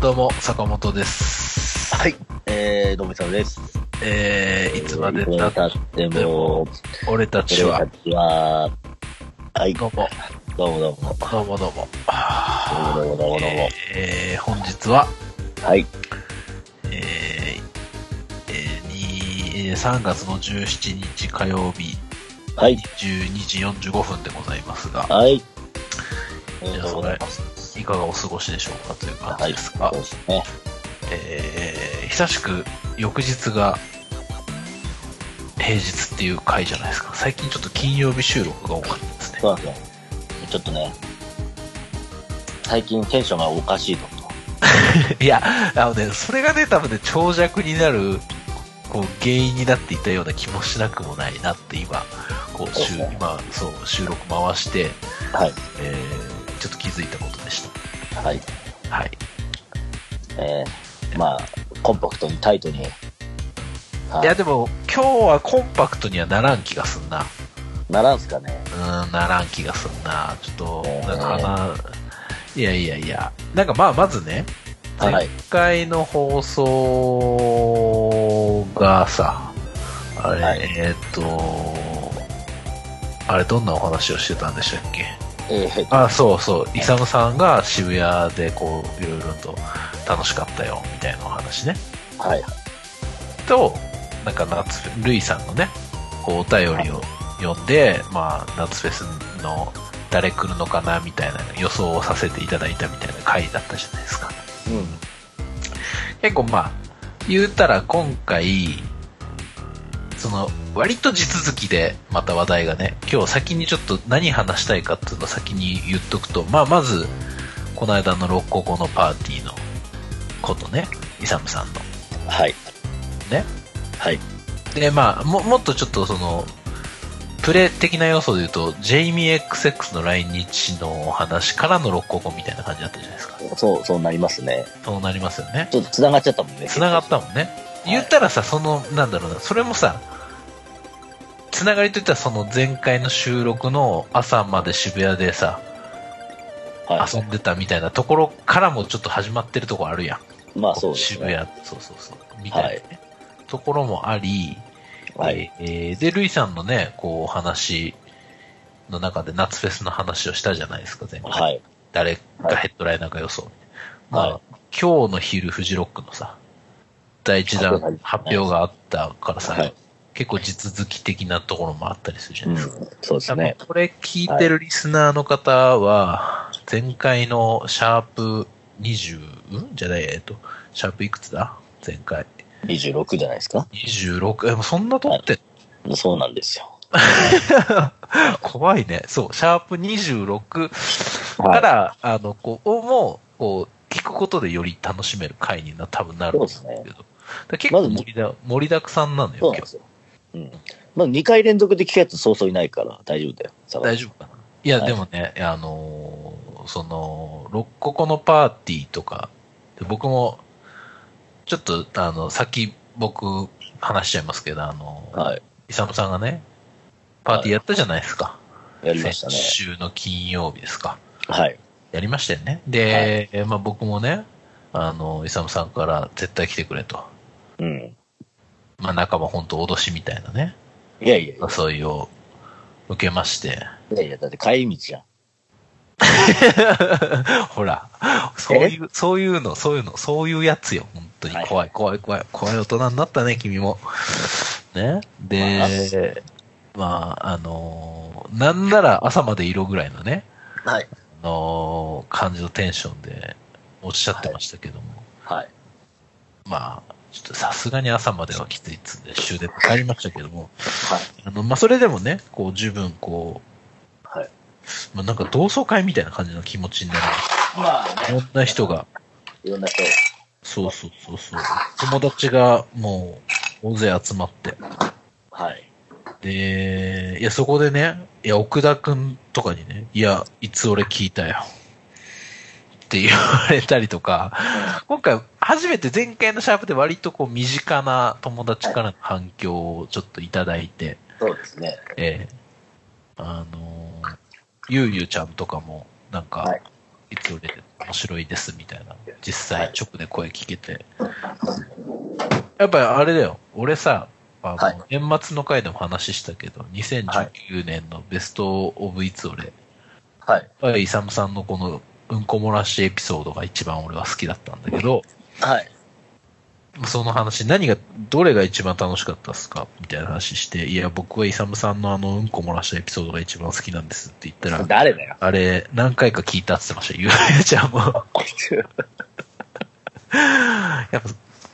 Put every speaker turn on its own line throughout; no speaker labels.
どうも、坂本です。
はい。えー、どうもみさんです。
えー、いつまでた
たっても、
俺たちは
俺、たちは、はい、
ど
ど
うも、
うもどうも。
どうもどうも。
どうもどうもどうもどうも。
えー、本日は、
はい。
えーえーにえー3月の17日火曜日
はい。
12時45分でございますが、
はい。あり
や
がとうございます。
いかがお過ごしでしょうかという感
は
じ
い。
ですが、
そうですね。
えー久しく翌日が平日っていう回じゃないですか。最近ちょっと金曜日収録が多かったですね。
そうなんですよ。ちょっとね、最近テンションがおかしいと。
いや、あのね、それがね、多分ね、長尺になる、こう、原因になっていたような気もしなくもないなって、今、こう、
そう
収
ですね
今、そう、収録回して、
はい。
えー、ちょっと気づいたことでし
はい。
た。はい。
えー、まあ、コンパクトにタイトに。はい
いや、でも、今日はコンパクトにはならん気がすんな。
ならんすかね。
うーん、ならん気がすんな。ちょっと
え、ー
なんかな、いやいやいや。なんかまあ、まずね、
は
前
い。
回の放送がさ、あれ、
はい
えーっと、あれどんなお話をしてたんでしたっけ
えー、
あ、そうそう、イサムさんが渋谷でこう、いろいろと楽しかったよ、みたいなお話ね。
はい。
と、なんか夏、ルイさんのね、こう、お便りを読んで、まあ、夏フェスの誰来るのかな、みたいな予想をさせていただいたみたいな回だったじゃないですか。
うん。
結構まあ、言うたら今回、その、割と地続きで、また話題がね、今日先にちょっと何話したいかっていうのを先に言っとくと、まあまず、この間の六個後のパーティーのことね、イサムさんの。
はい。
ね。
はい。
で、まあ、も、もっとちょっとその、プレイ的な要素で言うと、ジェイミー XX の来日のお話からの六個後みたいな感じだったじゃないですか。
そう、そうなりますね。
そうなりますよね。
ちょっと繋がっちゃったもんね。
繋がったもんね。言ったらさ、その、なんだろうな、それもさ、繋がりといったらその前回の収録の朝まで渋谷でさ、
は
遊んでたみたいなところからもちょっと始まってるとこあるやん。
い。まあそうです
渋
ね。
谷、そうそうそう、みたいな、ねところもあり、
はい。
えーで、ルイさんのね、こう、お話の中で夏フェスの話をしたじゃないですか、前回。
はい。
誰がヘッドライナーか予想。まあ、
は
今日の昼、フジロックのさ、第一弾発表があったからさ、
はい
結構地続き的なところもあったりするじゃ
う
ない
ん
ですか。、
そうですね。
これ聞いてるリスナーの方は、前回のシャープ20、んじゃない、えっと、シャープいくつだ前回。
26じゃないですか。
26、え、もうそんな撮ってん
そうなんですよ。
怖いね。そう、シャープ26から、あの、こう、をもう、こう、聞くことでより楽しめる回にな、多分なるんですけど。
そうで
だから結構
まず
盛りだ、盛りだくさんなの
そ
よ、
うなん
今
で
日。
すよ。うん。まあ2回連続で聞くやつそうそういないから大丈夫だよ。佐賀
大丈夫かな。いや、
はい
でもね、あのーその、六個このパーティーとか、で僕も、ちょっと、あの、先、僕、話しちゃいますけど、あのー、
はい。
イサムさんがね、パーティーやったじゃないですか。
やりましたね
先。週の金曜日ですか。
はい。
やりましたよね。で、えーまあ、僕もね、あの、イサムさんから絶対来てくれと。
うん。
まあ、仲間本当脅しみたいなね、
いやいやい
誘いを受けまして。
や、いやいや、だって帰り道じゃん。
ほら、そういう、そういうの、そういうの、そういうやつよ。本当に
はい
怖い、怖い、怖い、怖い大人になったね、君も。ね。で、まあ、あのーなんなら朝まで色ぐらいのね、
はい。
あのー感じのテンションでおっしゃってましたけども。
はい。
まあ、ちょっとさすがに朝まではきついっつうんで終電で帰りましたけども、
はい。
あの、まあそれでもね、こう十分こ
はい。
う、まあなんか同窓会みたいな感じの気持ちになる。
まあ
い
ね、
ろんな人が、
いろんな人。
そうそうそうそう、友達がもう大勢集まって、
はい。
で、いやそこでね、いや奥田くんとかにね、いや、いつ俺聞いたよ。って言われたりとか、今回初めて前回のシャープで割とこう身近な友達からの反響をちょっといただいて、
そうですね。
ええあのーゆうゆうちゃんとかも、なんか、
はい
い、いつ売れて面白いですみたいな、実際直で声聞けて。やっぱりあれだよ、俺さ、あ
はい
の年末の回でも話したけど、2019年のベストオブいつ俺、
はい。
はい、イサムさんのこのうんこ漏らしエピソードが一番俺は好きだったんだけど、
はい。
その話、何が、どれが一番楽しかったっすかみたいな話して、いや、僕はイサムさんのあのうんこ漏らしたエピソードが一番好きなんですって言ったら、
誰だよ。
あれ、何回か聞いたって言ってました、ゆうやちゃんも。 やっぱ、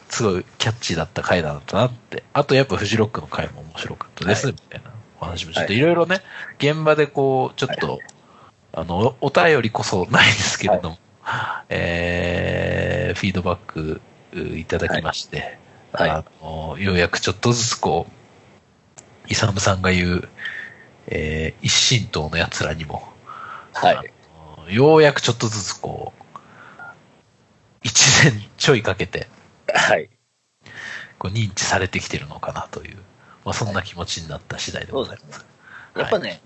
すごいキャッチーだった回だったなって。あと、やっぱフジロックの回も面白かったです、みたいなお話も。ちょっといろいろね、現場でこう、ちょっと、あの、おお便りこそないですけれども、えー、フィードバックういただきまして、
はい
あのようやくちょっとずつこう、イサムさんが言う、えー、一神党の奴らにも、
はい。
あのようやくちょっとずつこう、一年ちょいかけて、
はい。
こう認知されてきてるのかなという、まあ、そんな気持ちになった次第でございます。
やっぱね、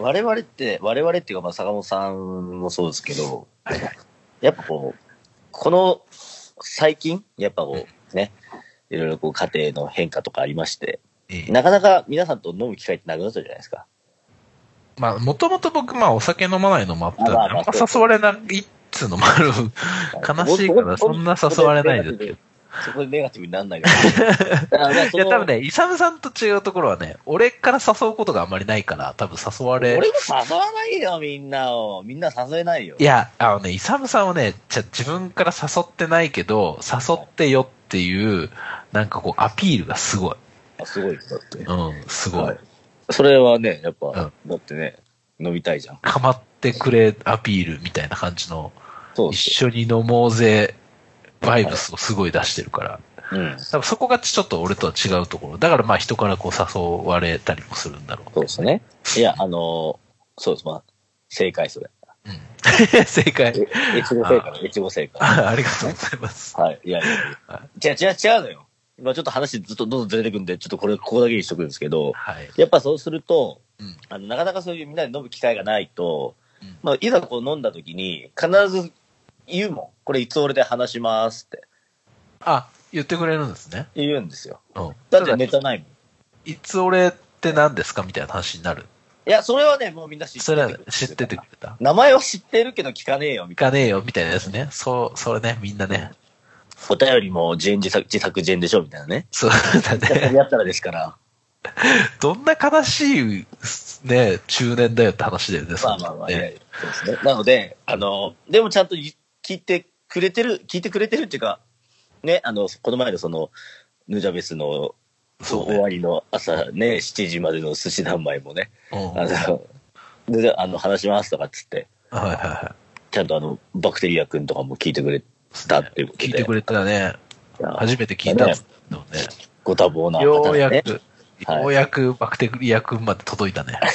我々って、我々っていうか、まあ、坂本さんもそうですけど、
はいはい
やっぱこう、この最近、やっぱこう、ね、いろいろこう家庭の変化とかありまして、
ええ
なかなか皆さんと飲む機会ってなくなったじゃないですか。
まあ、もともと僕、まあ、お酒飲まないのもあったんで、
まあ
あん
まあ
ま誘われないっつうのもある。悲しいから、そんな誘われないですけど。い
そこでネガティブにならな いから。い
や、多分、ね、イサムさんと違うところはね、俺から誘うことがあんまりないから、多分誘わ
俺
れ
も。誘わないよ、みんなを。みんな誘えないよ。
いや、あのね、イサムさんはね、じゃ自分から誘ってないけど、誘ってよっていう、なんかこう、アピールがすごい。
すごいですだって。
うん、すご
はいい。それはね、やっぱ、だってね、飲みたいじゃん。
かまってくれアピールみたいな感じの、
そう
一
です
緒に飲もうぜ、バイブスをすごい出してるから。
よ。うん。
多分そこがちょっと俺とは違うところ。だからまあ人からこう誘われたりもするんだろう。
そうですね。いや、あのーそうです、まあ、正解それ。
うん。 正解。
え、越後正解、越後正解。
あありがとうございます。
はい、いやいやいや。違う、違う、違うのよ。今ちょっと話ずっとどんどんずれてくんで、ちょっとこれ、ここだけにしとくんですけど、
はい。
やっぱそうすると、
うん
あのなかなかそういうみんなで飲む機会がないと、
うん
まあ、いざこう飲んだ時に、必ず言うもん。これいつ俺で話しますって
あ、言ってくれるんですね。
言うんですよ。
うん。
だってネタないもん。
いつ俺って何ですかみたいな話になる。
いや、それはね、もうみんな知って
それは知ってて
る
くれた。
名前は知ってるけど聞かねえよ、み
行
たい
かねえよ、みたいなやつね。そう、それね、みんなね。
な。お便りも自演自作、自作自演でしょ、みたいなね。
そうだ ね。
やったらですから。
どんな悲しい、ね、中年だよって話だよね、
まあまあまあ、いや
ね
いやそうですね。なので、あの、でもちゃんとい聞いてくれてる、聞いてくれてるっていうか、ね、あの、この前のその、ヌジャベスの
そう
終
ね。
わりの朝ね、7時までの寿司何枚もね、
うん。
あ
はい
の、であの話しますとかっつって、
はいは
ちゃんとあの、バクテリア君とかも聞いてくれ
い。
たっていうことで
聞いてくれたらね、
た。
初めて聞いたんですけどね。
ご多忙な
よ
方
う
で
や
ね。
く、
はい
ようやくバクテリア君まで届いたね。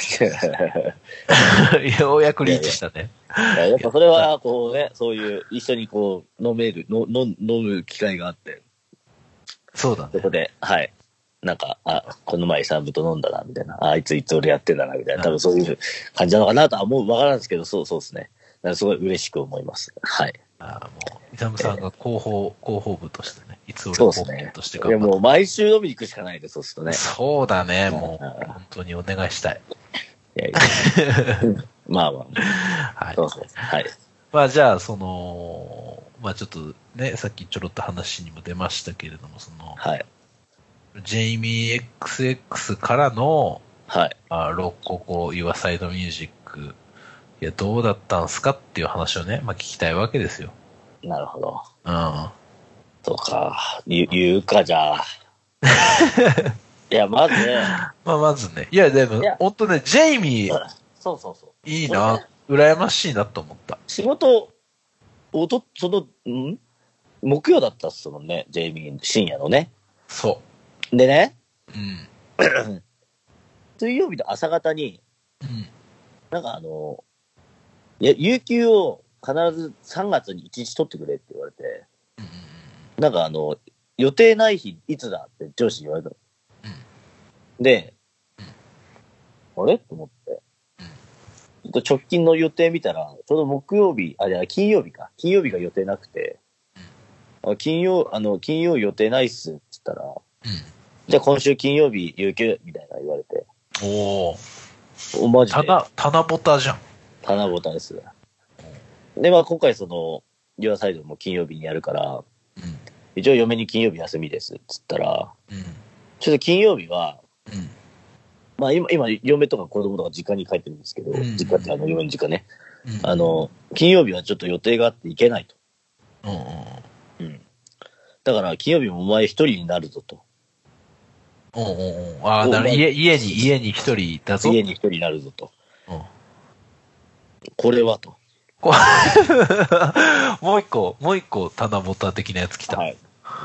ようやくリーチしたね。
いややっぱそれは、こうね、そういう、一緒にこう、飲める、のの飲む機会があって、
そうだ
そ
ね。
こで、はい。なんか、あ、この前イサムと飲んだな、みたいな。あ、いついつ俺やってんだな、みたいな。多分そういう感じなのかなとは思う、わからんですけど、そうそうですね。だからすごい嬉しく思います。はい。
ああもう、イサムさんが広報、広報部としてね、いつ俺
そう
広
です
報
ね
部とし。て
いや、
頑張っ
もう毎週飲みに行くしかないです、そうすると
て。
ね。
そうだね、も
うん
う、本当にお願いしたい。
いやいや うんまあまあ、
はい
そ。うそう。はい。
まあじゃあ、その、まあちょっとね、さっきちょろっと話にも出ましたけれども、その、
はい。
ジェイミー XX からの、
はい。
あロッココ、ユアサイドミュージック、いや、どうだったんすかっていう話をね、まあ聞きたいわけですよ。
なるほど。
うん。
そうか。言う言うか、じゃ あ。いや、まずね。
まあ、まずね。いや、でも
いや、
本当ね、ジェイミー、
そうそうそう。
いい
俺
な
ね、
羨ましいなと思った。
仕事、おと、その、ん木曜だったっすもんね、ジェイミー深夜のね。
そ
でね、
う。うん。
水曜日の朝方に、
うん。
なんかあの、いや、有給を必ず3月に1日取ってくれって言われて、
うん
なんかあの、予定ない日いつだって上司に言われたの。で、あれと思って。直近の予定見たら、ちょうど木曜日、あ、じゃあ金曜日か。金曜日が予定なくて、あ金曜、あの、金曜予定ないっすって言ったら、じゃあ今週金曜日有給みたいな言われて、
うん。おお。
お、マジで。
棚、棚ぼたじゃん。
棚ぼたです。で、まあ今回その、ユアサイドも金曜日にやるから、
う
一応嫁に金曜日休みですっつったら、
ん。うん。
ちょっと金曜日は、
うん。
まあ今、今、嫁とか子供とか実家に帰ってるんですけど、
うん
実家ってあの、嫁の実家ね。
うん
あ、の、金曜日はちょっと予定があって行けないと。
うんうん。
うん。だから金曜日もお前一人になるぞと。
うんうんうん。ああ、なる家、家に、家に一人だぞ。
家に一人になるぞと。
うん。
これはと。
こ もう一個、もう一個、棚ぼた的なやつ来た。
はい。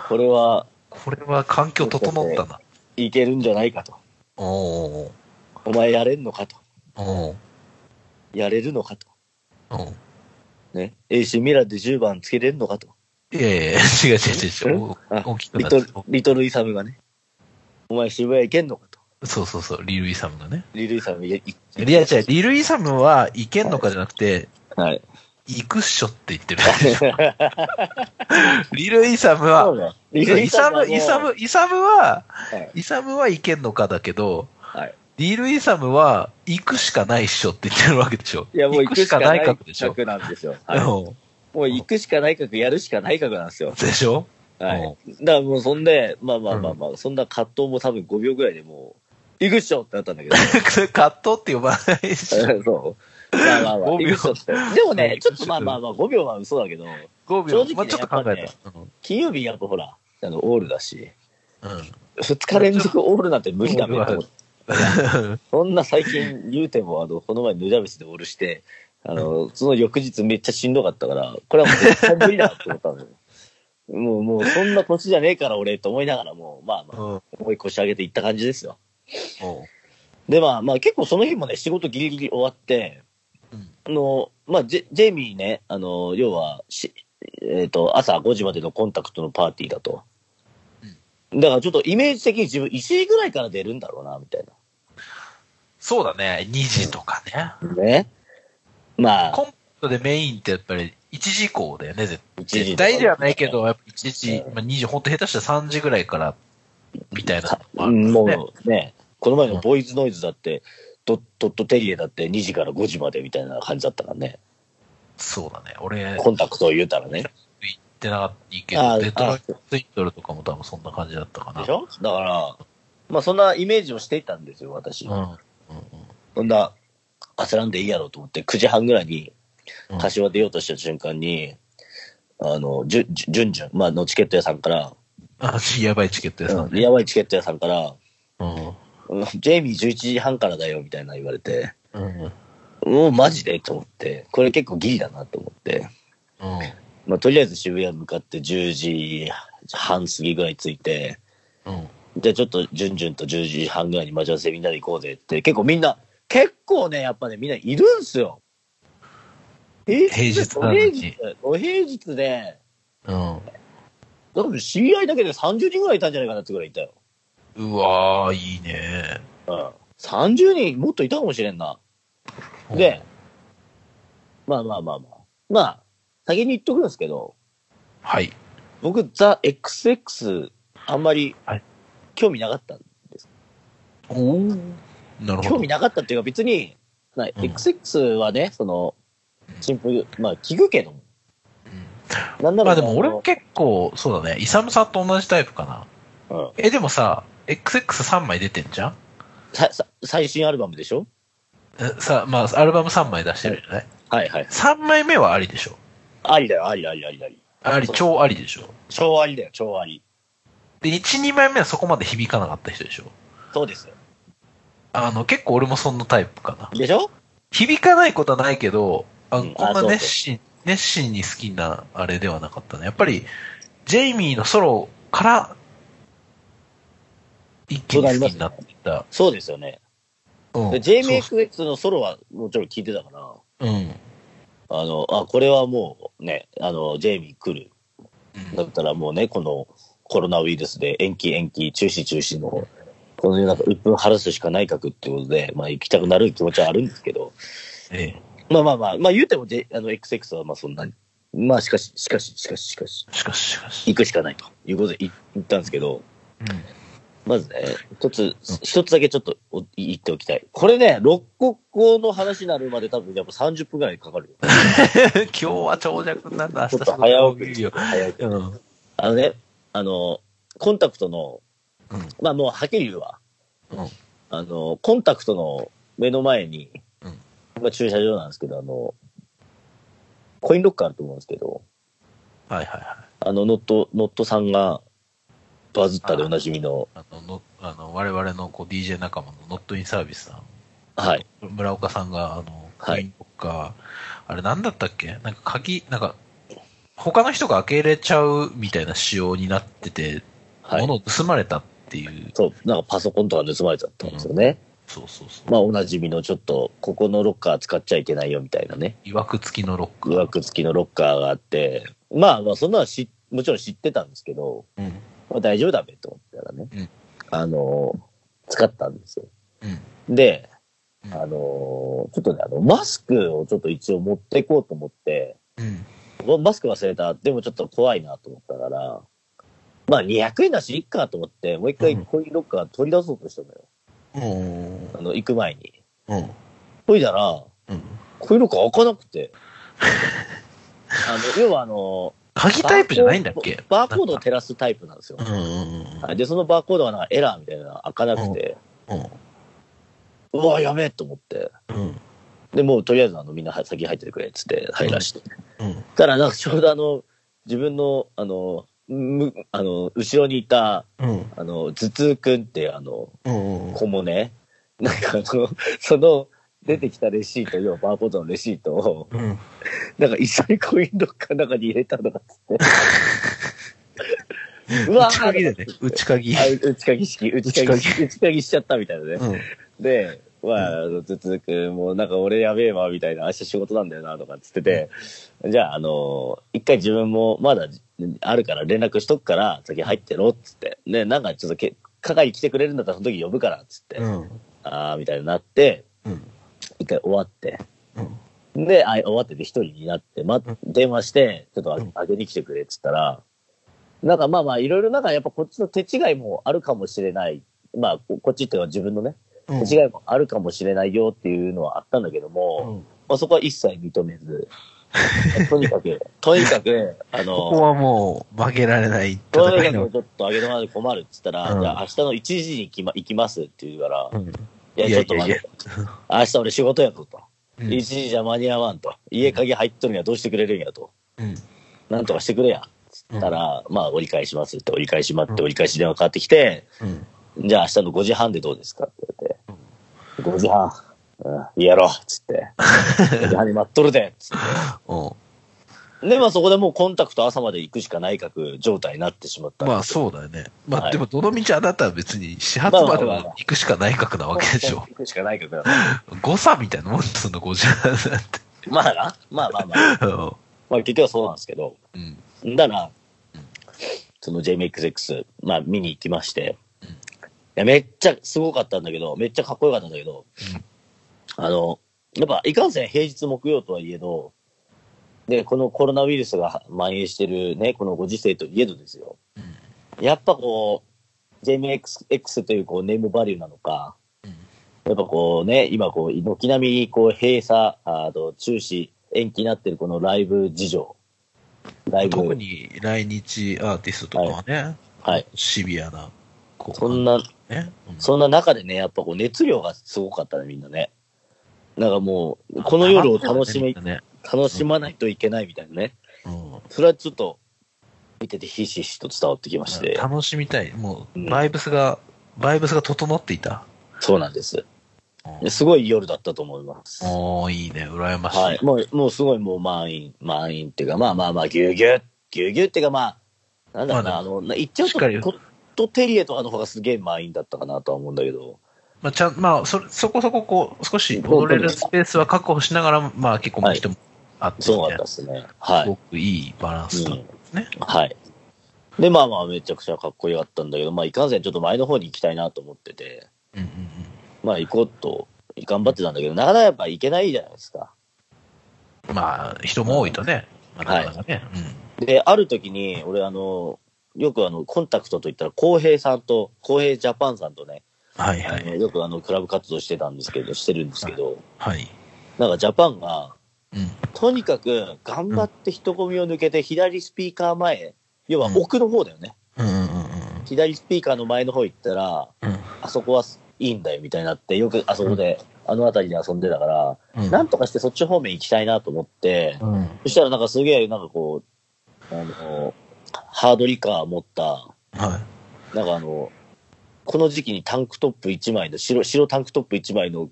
これは、
これは環境整ったな。
いけるんじゃないかと。
おー
お前やれんのかと。
おー
やれるのかと。
おー
ね。AC ミラーで10番つけれるのかと。
うん。いやいやいや、違う違う違う。
あ
お大きく
リ
なった
トル、リトルイサムがね。お前渋谷行けんのかと。
そうそうそう、リル・イサムがね。
リルイサムいい
いや違う、リル・イサムは行けんのかじゃなくて、
はい。
行くっしょって言って る。リル・イサムは、
ね。
イ
リルイ
サ
サムは
ム、
もう
イサム、イサムは、
はい。
イサムは行けんのかだけど、
はい。
リル・イサムは行くしかないっしょって言ってるわけでしょ。
いや、もう行くしかない
行くしかないかでしょ。
格なんですよ。はい。も
うん
う行くしかない格、やるしかない格なんですよ。
でしょ
はい。だからもうそんで、まあまあまあまあ、そんな葛藤も多分5秒ぐらいでもう、行くっしょってなったんだ けど。
それカットって呼ばない し、
そう。まあまあまあ、
5秒
行くっしょって。でもね、ちょっとまあまあまあ、5秒は嘘だけど、
5
正
秒、
直ね
まあ、ちょっと考えた。
金曜日やっぱほら、あの、オールだし、
う
2日連続オールなんて無理だめと思っ
ん。
て。
うん
そんな最近言うても、あの、この前ヌジャベスでオールして、あの、その翌日めっちゃしんどかったから、これはもう絶対無理だと思ったのよ。 もう、もう、そんな年じゃねえから俺と思いながらもう、まあま あ、
うん。
思い越し上げていった感じですよ。
おう
で、まあまあ、結構その日もね、仕事ギリギリ終わって、
うん
あの、まあ、ジェジェイミーね、あの、要はし、えっ、と、朝5時までのコンタクトのパーティーだと。だからちょっとイメージ的に自分1時ぐらいから出るんだろうな、みたい
そうだね、2時とかね。
な。ね。まあ、
コンパクトでメインってやっぱり1時以降だよね、絶
1時
対。絶対
とか
ではないけど、やっぱ1時
う、
まあ、2時、ほんと下手したら3時ぐらいから、みたいな
か
のもあるんですね。
もうね、この前のボーイズノイズだって、ドットットテリエだって2時から5時までみたいな感じだったからね、
そうだね、俺、
コンタクトを言うたらね。
行ってなかったいいけ
あ
ど、
あ
デトロイト・ツインドルとかも多分そんな感じだったかな。
でしょだから、まあそんなイメージをしていたんですよ、私。
うん。うん
そんな、焦らんでいいやろうと思って、9時半ぐらいに
うん、
柏出ようとした瞬間に、あの、じゅ、じゅじゅんじゅん、まあ、のチケット屋さんから、
あやばいチケット屋さん
うん
ね。
やばいチケット屋さんから、
うん。
うんジェイミー11時半からだよ、みたいな言われて、
うん。うん。
もうマジでと思って、これ結構ギリだなと思って。まあ、とりあえず渋谷向かって10時半過ぎぐらい着いて、
うん。
じゃあちょっと、じゅんじゅんと10時半ぐらいに待ち合わせみんなで行こうぜって、結構みんな、結構ね、やっぱね、みんないるんすよ。平
平日な
お
のに
平日、お平日で、
うん。
多分知り合いだけで30人ぐらいいたんじゃないかなってぐらいいたよ。
うわー、いいね。
うん。30人、もっといたかもしれんな。で、まあまあまあまあ。まあ、先に言っとくんですけど、
はい。
僕、ザ・ XX、あんまり
はい、
興味なかったんで
おお。なるほど。
興味なかったっていうか別に、な
うん
XX はね、その、シンプル、まあ聞くけども。なんなら、
まあでも俺も
も
結構、そうだね、イサムさんと同じタイプかな。
う、うん
え、でもさ、XX3 枚出てんじゃん
ささ最新アルバムでしょ
えさ、まあ、アルバム3枚出してるじゃない、
はいはい。
?3 枚目はありでしょ
ありだよ、ありありありあり。
あり、
そう
超ありでしょ
超ありだよ、超あり。
で、1、2枚目はそこまで響かなかった人でしょ
そうですよ。
あの、結構俺もそんなタイプかな。
でしょ
響かないことはないけど、あ
うん
こん
あ
な
そう
熱心、熱心に好きなあれではなかったね。やっぱり、ジェイミーのソロから、一気に好きになっていった。
そうですよね。
うん。
で JMX のソロはもちろん聞いてたから、
そううん。
あの、あ、これはもうね、あの、ジェイミー来る。
うん
だったらもうね、このコロナウイルスで延期延期、中止中止の、この世の中、鬱憤晴らすしかないかくってことで、まあ行きたくなる気持ちはあるんですけど、
ええ。
まあまあまあ、まあ言うても、J、あの、XX はまあそんなに。まあしかし、しかし、しかし、しかし、
しかし、しかし。
行くしかないということでい言ったんですけど、
うん。
まずね、一つ、一つだけちょっとお言っておきたい。これね、六国語の話になるまで多分やっぱ30分ぐらいかかるよ。
今日は長尺なんだ、
ちょ
明日
っと早送
い
り
いよ。
早い。
うん。
あのね、あの、コンタクトの、
うん
まあもうはっきり言うわ。
うん
あの、コンタクトの目の前に、
うん
まあ駐車場なんですけど、あの、コインロッカーあると思うんですけど、
はいはいはい。
あの、ノット、ノットさんが、バズったでおなじみの、
あの、のあの我々のこう DJ 仲間のノットインサービスさん。
はい。
村岡さんが、あの、
は
コ
い
インロッカー、あれなんだったっけなんか鍵、なんか、他の人が開けれちゃうみたいな仕様になってて、
はい。
物を盗まれたっていう、
そう、なんかパソコンとか盗まれちゃったんですよね。
そうそうそう。
まあ、おなじみのちょっと、ここのロッカー使っちゃいけないよみたいなね、
いわくつきのロック。
予約付きのロッカーがあって、まあまあ、そんなのし、もちろん知ってたんですけど、
うん。うん。
まあ、大丈夫だべと思ったらね、
うん
あのー、使ったんですよ。で、
うん
あのー、ちょっとね、あの、マスクをちょっと一応持っていこうと思って、
うん。
マスク忘れた、でもちょっと怖いなと思ったから、まあ200円だし、いっかと思って、もう一回
うん
コインロッカー取り出そうとしたのよ。
うん。
あの、行く前に。
うん。
ほいだら、
うん。
コインロッカー開かな くて。あの、要はあの、
鍵タイプじゃないんだっけ
バーコード
な
を
んか
照らすタイプなんですよ
う。んうん
はいで、そのバーコードがなんかエラーみたいなのが開かなくて、
うん。
うわ、やべえと思って。
うん。うん。
で、もうとりあえずあの、みんなは先入っててくれっつって入らして。
うん。
たら、なんかちょうどあの、自分の、あの、むあの後ろにいた、
うん。
あの、頭痛くんっていうあの、
うん。
子もね、なんかあの、その、出てきたレシート、要はバーコードのレシートを、
うん。
なんか一緒にコインロッカーの中に入れたとかっつって。うわ
内鍵だよね。内鍵。
あう内鍵式、内鍵
内
式、内鍵しちゃったみたいなね。
うん。
で、まあ、頭痛くんもうなんか俺やべえわ、みたいな、明日仕事なんだよな、とかっつってて、じゃあ、あの、一回自分もまだあるから連絡しとくから、先入ってろ、っつって。で、なんかちょっとけ、係来てくれるんだったらその時呼ぶから、っつって。
うん。
あー、みたいになって、
うん。
一回終わって。
うん。
で、あ終わってて一人になって、ま
うん、
電話して、ちょっとあ
うん
あげに来てくれっつったら、なんかまあまあ、いろいろなんかやっぱこっちの手違いもあるかもしれない。まあ、ここっちっていうのは自分のね、
うん。
手違いもあるかもしれないよっていうのはあったんだけども、
うん
まあそこは一切認め ず、とにかく、とにかく、あ
ここ
の、
はもう曲げられない
とに
戦
か
いの
く。ちょっとあげてもらって困るっつったら、
うん
じゃあ明日の1時に行きま行きますって言うから、
うん
いや、
い
ち
や
ょっと待って、明日俺仕事やぞと。
うん
1時じゃ間に合わんと。家鍵入っとるんや、どうしてくれるんやと。
うん
なんとかしてくれや。つったら、まあ、折り返しますって、折り返し待って、折り返し電話かかってきて、
うん
じゃあ明日の5時半でどうですかって言って、5時半、うん、やろうっつって、5時半に待っとるでっつっ
うん
て。で、まあそこでもうコンタクト朝まで行くしかないかく状態になってしまった。
まあそうだよね。ま
は
あ
い
でもどの道あなたは別に始発まで
まあまあま
は
あ
行くしかない格なわけでしょ。
行くしかないかく。
誤差みたいなもんですんの、50なんて。
まあな、まあまあまあ、まあ結局はそうなんですけど、
うん。
だから、その JMXX、まあ見に行きまして、
うん
いやめっちゃすごかったんだけど、めっちゃかっこよかったんだけど、
うん
あの、やっぱいかんせん平日木曜とはいえど、で、このコロナウイルスが蔓延してるね、このご時世といえどですよ。やっぱこう、JMXX というこうネームバリューなのか、
うん
やっぱこうね、今こう、軒並みこう閉鎖、あの中止、延期になってるこのライブ事情。ライブ
特に来日アーティストとかはね、
はい。
シビアな、こう
そんな、
ね。うん
そんな中でね、やっぱこう熱量がすごかったね、みんなね。なんかもう、この夜を楽しめ、
ね。
楽しまないといけないみたいなね。
うん
それはちょっと、見ててひしひしと伝わってきまして、
楽しみたい。も
うん
う、バイブスが、バイブスが整っていた。
そうなんです。
うん
すごい夜だったと思います。
おー、いいね。羨まし
はいい。。もう、もうすごいもう満員、満員っていうか、まあまあまあ、ぎゅうぎゅう、ぎゅうぎゅうっていうか、まあ、なんだろうな、
まあ
あの、な言っちゃう
しっかり
と、トトテリエとかの方がすげえ満員だったかなとは思うんだけど、
まあ、ちゃん、まあ、そ、そこそこ、こう、少し踊れるスペースは確保しながら、まあ、結構人もあって、
そうだったですね。は
す
い
ご。くいいバランスだったんですね。
はい。で、まあまあ、めちゃくちゃかっこよかったんだけど、まあ、いかんせんちょっと前の方に行きたいなと思ってて、
うんうん
まあ、行こうと頑張ってたんだけど、なかなかやっぱ行けないじゃないですか。
まあ、人も多いとね。なかなかね。
で、ある時に、俺あの、よくあの、コンタクトといったら、浩平さんと、浩平ジャパンさんとね、
うん。はいは
あの
い。
よくあの、クラブ活動してたんですけど、してるんですけど、
はい。
なんかジャパンが、
うん。
とにかく頑張って人混みを抜けて、左スピーカー前、要は奥の方だよね。
うんうんうん
左スピーカーの前の方行ったら、
うん
あそこはいいんだよみたいになって、よくあそこで、あの辺りで遊んでたから、
うん。
なんとかしてそっち方面行きたいなと思って、
うん。
そしたらなんかすげえ、なんかこう、あの、ハードリカー持った、
は
なんかあの、この時期にタンクトップ1枚の、白、白タンクトップ1枚の、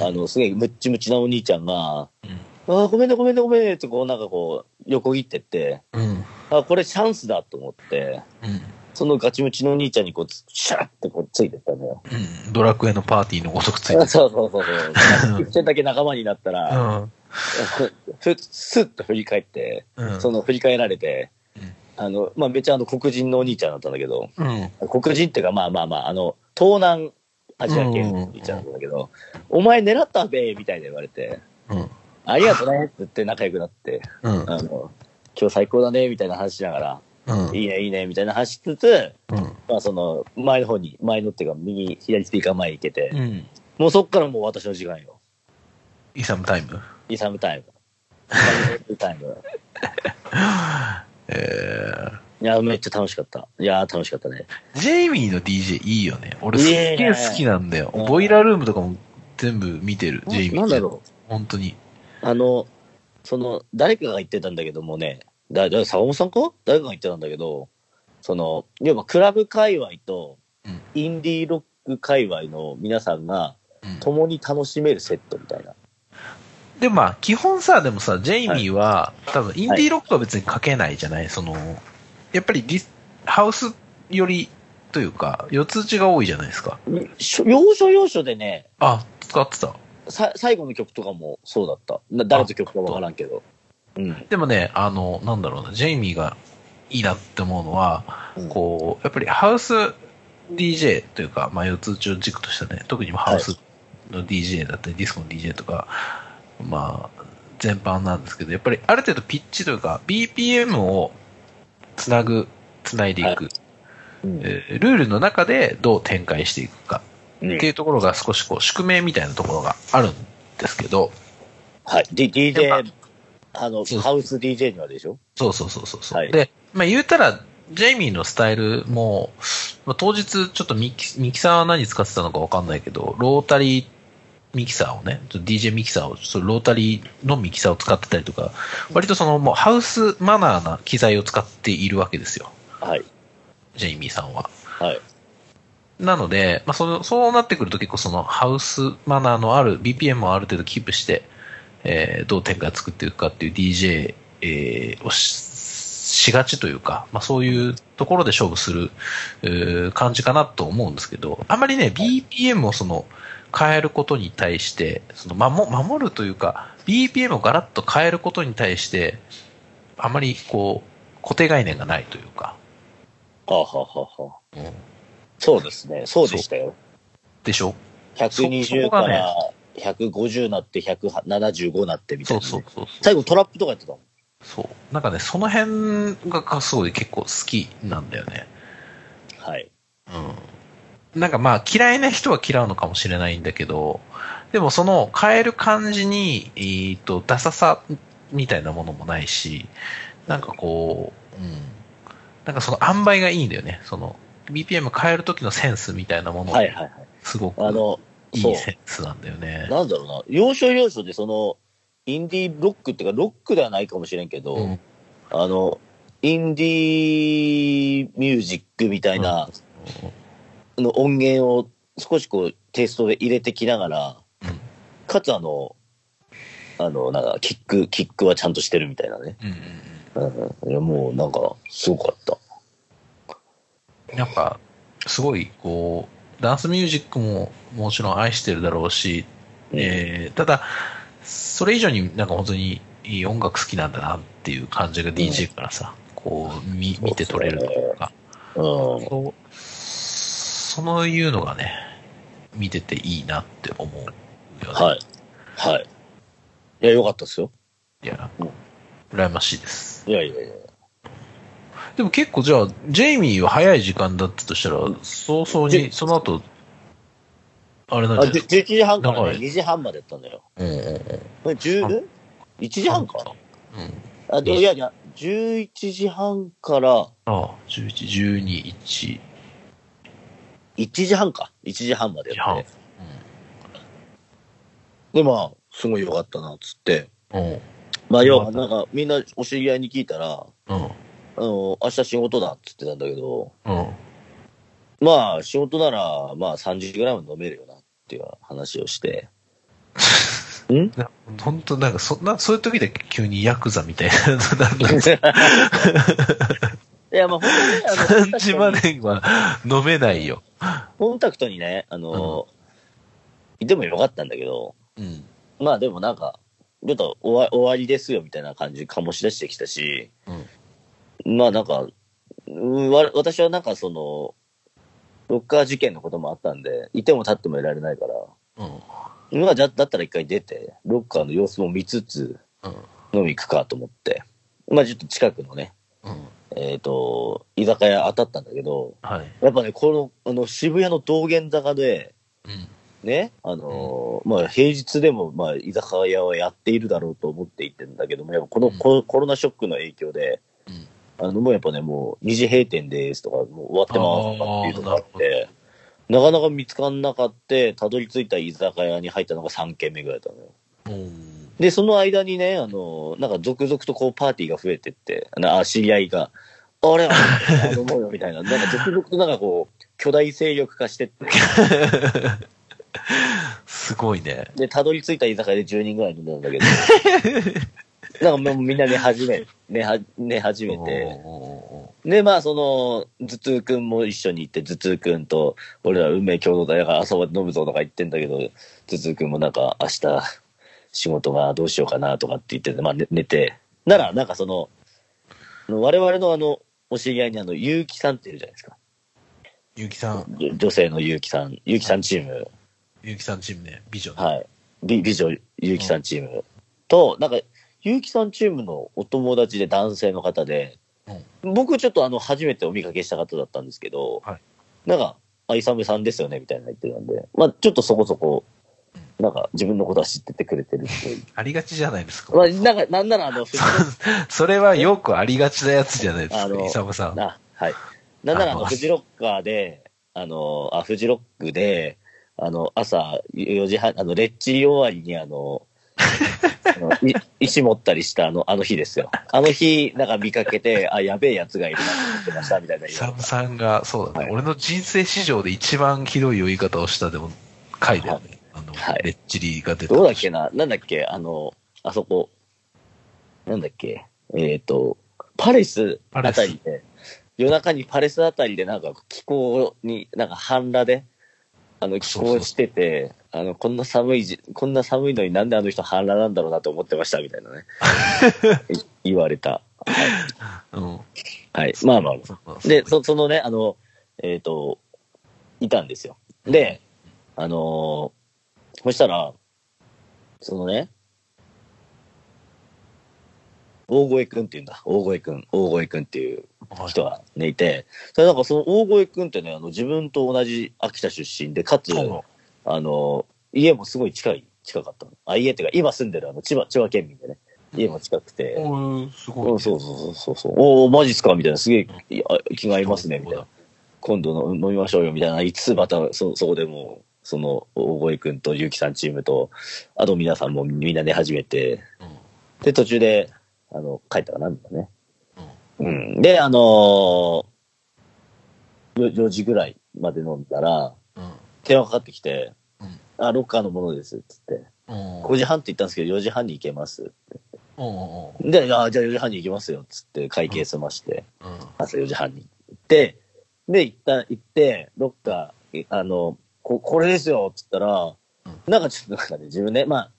あの、すげえムッチムチなお兄ちゃんが、
い。
ああ、ごめんね、ごめんね、ごめんね、ってこう、なんかこう、横切ってって、
うん。うん。
あこれチャンスだと思って、
うん。
そのガチムチのお兄ちゃんにこう、シャーってこう、ついてったのよ。
うんドラクエのパーティーのごとくつい
そう
て
そうそうそう。一瞬だけ仲間になった
う
ら、
ん。
ふ、スッと振り返って、
うん。
その振り返られて
うん、
あの、まあ、めっちゃあの黒人のお兄ちゃんだったんだけど、
うん。
黒人っていうか、まあまあまあ、あの、東南アジア系のお兄ちゃんだったんだけど、お前狙ったべみたいな言われて、
うん。
ありがとうねって言って仲良くなって、
うん。
あの、今日最高だねみたいな話しながら、
うん。
いいねいいねみたいな話しつつ、
うん。
まあその、前の方に、前のっていうか、右、左スピーカー前に行けて、
うん。
もうそっからもう私の時間よ。
イサムタイム
イサムタイム。 イサムタイム。
えー
いや、めっちゃ楽しかった。いや、楽しかったね。
ジェイミーの DJ いいよね。俺すっげえ好きなんだよ。
いいね
ボイラールームとかも全部見てる、ジェイミー。
なんだろう。
本当に。
あの、その、誰かが言ってたんだけどもね、だ、だ、坂本さんか誰かが言ってたんだけど、その、要はクラブ界隈と
うん、
インディーロック界隈の皆さんが、
うん
共に楽しめるセットみたいな。
で、まあ、基本さ、でもさ、ジェイミーは、多分、インディーロックは別に書けないじゃない、その、やっぱりリス、ハウスより、というか、四つ打ちが多いじゃないですか。
しょ要所要所でね、
あ、使ってた。
さ、最後の曲とかもそうだった。な誰の曲かわからんけど。うん。
でもね、あの、なんだろうな、ジェイミーがいいなって思うのは、
うん
こう、やっぱりハウス DJ というか、まあ、四つ打ちを軸としたね、特にハウスの DJ だったり、ディスコの DJ とか、まあ、全般なんですけど、やっぱりある程度ピッチというか、BPM をつなぐ、つないでいく。
うん
えールールの中でどう展開していくか
うん
っていうところが少しこう宿命みたいなところがあるんですけど、
はい。D、
やっ
DJ、あの
そう、
ハウス DJ にはでしょ
そうそうそうそうそう。
はい
で、まあ言うたら、ジェイミーのスタイルも、まあ、当日ちょっとミキミキサーは何使ってたのかわかんないけど、ロータリーミキサーをね、ちょっと DJ ミキサーを、そのロータリーのミキサーを使ってたりとか、割とそのもうハウスマナーな機材を使っているわけですよ、
はい。
ジェイミーさんは。
はい。
なので、まあ、そのそうなってくると結構そのハウスマナーのある BPM をある程度キープして、えーどう展開を作っていくかっていう DJ、えーをししがちというか、まあ、そういうところで勝負する、えー感じかなと思うんですけど、あまりね、BPM をその変えることに対して、その守守るというか、BPM をガラッと変えることに対して、あまりこう、固定概念がないというか、
はあ、はあはあはあ
うん
そうですね。そうでしたよ。
でしょそ
120
そこ
か
がね
ら150なって、175なってみたい
そう
な。
そうそうそう。
最後トラップとかやってたもん。
そう。なんかね、その辺ががすごい結構好きなんだよね。
はい。
うん。なんかまあ嫌いな人は嫌うのかもしれないんだけど、でもその変える感じに、えーと、ダサさみたいなものもないし、なんかこう、うん。なんかその塩梅がいいんだよね。その BPM 変える時のセンスみたいなもの
はいはいはい。
すごく
あの、
い
そう
いセンスなんだよね。
なんだろうな。要所要所でその、インディーロックっていうか、ロックではないかもしれんけど、
うん
あの、インディーミュージックみたいな、の音源を少しこう、テイストで入れてきながら、
うん
かつあの、あの、なんか、キック、キックはちゃんとしてるみたいなね。
うんうんうん
うん、いやもうなんか、すごかった。
なんか、すごい、こう、ダンスミュージックももちろん愛してるだろうし、
うん
えーただ、それ以上になんか本当にいい音楽好きなんだなっていう感じが DJ からさ、こう、見、見て取れるというか、
うん。
そう、そういうのがね、見てていいなって思うんよね。
はい。はい。いや、よかったですよ。
いや
うん、
羨ましいです。
いやいやいや。
でも結構じゃあ、ジェイミーは早い時間だったとしたら、早々
ジェ
に、その後、あれなん
あ、
じ
じ
ゃ
11時半から
長
ね、
い
2時半までやったんだよ。
ないうんうんうん。
え10、1時半か
うん。
あ、でいやいや、11時半から、
ああ、11、12、1、
1時半か。1時半まで
時
やっ
半
て。。で、まあ、すごいよかったな、っつって。
うん。うん。
まあ、
よ
要
か
は、
った
なんか、みんなお知り合いに聞いたら、
うん。
あの、明日仕事だ、っつってたんだけど、
うん。
まあ、仕事なら、まあ、3時ぐらいまで飲めるよな、っていう話 をして。
な本当なんか、そんな、そういう時だけ急にヤクザみ たいな、なんか
いや、まあ、本当に、あ
3
の、
時までは飲めないよ。
コンタクトにね、あの、いてもよかったんだけど、
うん。
まあでもなんか、ちょっと終わ終わりですよみたいな感じ醸し出してきたし、まあなんか、うんわ私はなんかその、ロッカー事件のこともあったんで、いても立ってもいられないから、
うん。
まあじゃだったら一回出て、ロッカーの様子も見つつ、
うん。
飲み行くかと思って、まあちょっと近くのね、
うん。
えっ、と、居酒屋当たったんだけど、
はい。
やっぱね、この、あの、渋谷の道玄坂で、
うん。
ね、あのーまあ、平日でも、まあ、居酒屋はやっているだろうと思っていてんだけども、やっぱこの
うん
コ,、コロナショックの影響で、
うん
あの、もうやっぱね、もう、二次閉店ですとか、もう終わってますとかっていうのがあっ
あー
て、なかなか見つかんなかって、たどり着いた居酒屋に入ったのが3軒目ぐらいだったのよ。
うん。
で、その間にね、あのーなんか続々とこう、パーティーが増えてって、なあ、知り合いが、あれ、あの、もうよみたいな、なんか続々となんかこう、巨大勢力化してって、
すごいね。
で、たどり着いた居酒屋で10人ぐらい飲んだんだけど、なんかもうみんな寝始め、寝は寝始めて、
お
で、まあその、頭痛くんも一緒に行って、頭痛くんと、俺ら運命共同体だから朝まで飲むぞとか言ってんだけど、頭痛くんもなんか明日、仕事がどうしようかなとかって言ってて、まあ寝寝て、なら、なんかその、我々のあの、お知り合いにあの、ゆうきさんっているじゃないですか。
ーゆうきさん、
女女性のゆうきさん、ゆうきさんチーム。
ゆうきさんチームね、美女ね。
はい。美美女、ゆうきさんチーム、と、なんか、ゆうきさんチームのお友達で男性の方で、僕ちょっとあの、初めてお見かけした方だったんですけど、
はい
なんか、あ、イサムさんですよね、みたいな言ってたんで、まあ、ちょっとそこそこ、なんか、自分のことは知っててくれてるっぽい。
ありがちじゃないですか。
まあ、なんか、なんならあの、普通
それはよくありがちなやつじゃないですか、
あの
イサムさん。
あ、はい。なんならあ
あ
の、
の
フジロッカーで、あの、あ、フジロックで、あの、朝4時半、あの、レッチリ終わりにあの、あの い石持ったりしたあの、あの日ですよ。あの日、なんか見かけて、あ、やべえやつがいるなと思ってました、みたいな
イ
言わ
サ
れ
ムさん
た。
が、そうだね、
はい
俺の人生史上で一番ひどい言い方をしたでも、回だよね。あの、
はい
レッチリが出た。
どうだっけななんだっけあの、あそこ、なんだっけえっ、と、パレスあたりで、夜中にパレスあたりでなんか気候に、なんか半裸で、あの気候してて、あの、こんな寒いじ、こんな寒いのになんであの人半裸なんだろうなと思ってましたみたいなね。い言われた。
うん。
はい。まあまあ。
そうそうそう
で、そそのね、あの、えっ、と、いたんですよ。で、あのーそしたら、そのね、大声くんって言うんだ。大声くん、大声くんっていう
はい
人がね、いて、それなんかその大声くんってね、あの自分と同じ秋田出身で、かつ、
そう
あのー家もすごい近い、近かったの。あ、家っていうか、今住んでるあの千葉、千葉県民でね、家も近くて、
おーすごい、
う
ね。
んそうそうそうそうそう。おお、マジっすかみたいな。すげえいや気が合いますね、みたいな。今度の飲みましょうよ、みたいな。いつまた、そ、そこでもう、その、大声くんとゆうきさんチームと、あと皆さんもみんな寝始めて、
うん。
で、途中で、あの、帰ったかな、みたいなね。
うん
うん。で、あのー、よ4時ぐらいまで飲んだら、
うん。
電話かかってきて、
うん
あ、ロッカーのものです、つって。
うん。
5時半って言ったんですけど、4時半に行けます。
うんうんうん
で、あじゃあ4時半に行きますよ、つって会計済まして。
うん
朝4時半に行って、で、一旦行って、ロッカー、いあの、ここれですよ、っつったら、
う
なんかちょっとなんかね、自分ね、まあ、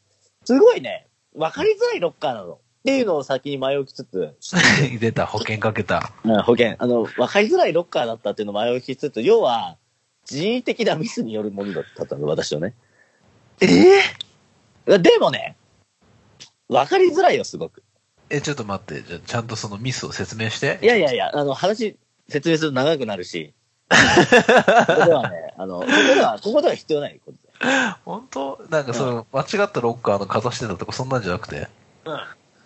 すごいね、わかりづらいロッカーなの。っていうのを先に前置きつつ、
出た、保険かけた。
うん保険、あの、わかりづらいロッカーだったっていうのを前置きつつ、要は、人為的なミスによるものだったの、私のね。
ええ
でもね、わかりづらいよ、すごく。
え、ちょっと待って、じゃあちゃんとそのミスを説明して。
いやいやいや、あの、話、説明すると長くなるし。ここではね、あの、ここでは、ここでは必要ないことで。
本当なんかその、間違ったロッカーのかざしてたとこそんなんじゃなくて。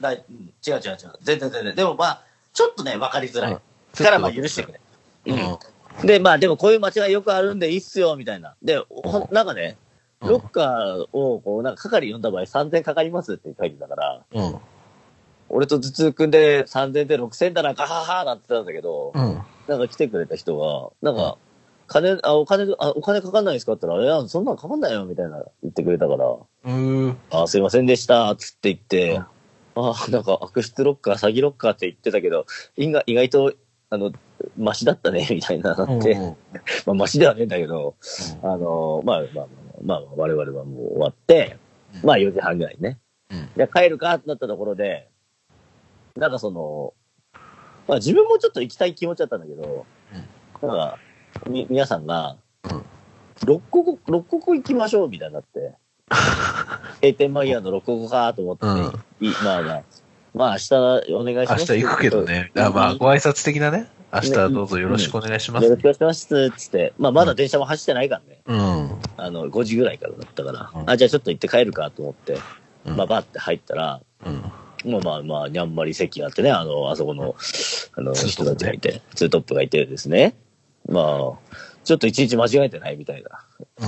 だいうん違う違う違う。全然全然。でもまあ、ちょっとね、わかりづらい。
うん
だからまあ許してくれ。
うん。
うんで、まあでもこういう間違いよくあるんでいいっすよ、みたいな。で、ほんなんかね、ロッカーを、こう、なんか係呼んだ場合3000かかりますって書いてたから、
うん。
俺と頭痛くんで3000で6000だな、ガハハなってたんだけど、
うん。
なんか来てくれた人が、なんか、金、あ、お金、あ、お金かかんないですかって言ったら、いや、そんなんかかんないよ、みたいな言ってくれたから、
うん。うん。
あ、すいませんでした、つって言って、
うん
あ、なんか悪質ロッカー、詐欺ロッカーって言ってたけど、意外意外と、あの、マシだったね、みたいななって、
うん
まあ、マシではねえんだけど、あの、まあ、まあ、まあ、まあ、我々はもう終わって、
うん
まあ4時半ぐらいにね。
うん
じゃあ帰るかってなったところで、なんかその、まあ自分もちょっと行きたい気持ちだったんだけど、なんか、み、皆さんが、
うん
六国、六国行きましょうみたいに なって、閉店間際の六国かと思って、いまあまあ、まあ明日お願いし
明
ます。
日行くけどね。あ、まあ、ご挨拶的なね。明日どうぞよろしくお願いし
よ
ま
ろし
す
くお。願いします。つって、まあまだ電車も走ってないからね。
うん。
あの、5時ぐらいからだったから、
うん
あ、じゃあちょっと行って帰るかと思って、
うん
まあ、バーって入ったら、
うん。
まあまあまあ、にゃんまり席があってね、あの、あそこの、あの、
ツートップ
人
ね
たちがいて、ツートップがいてですね、まあ、ちょっといちいち間違えてないみたいな。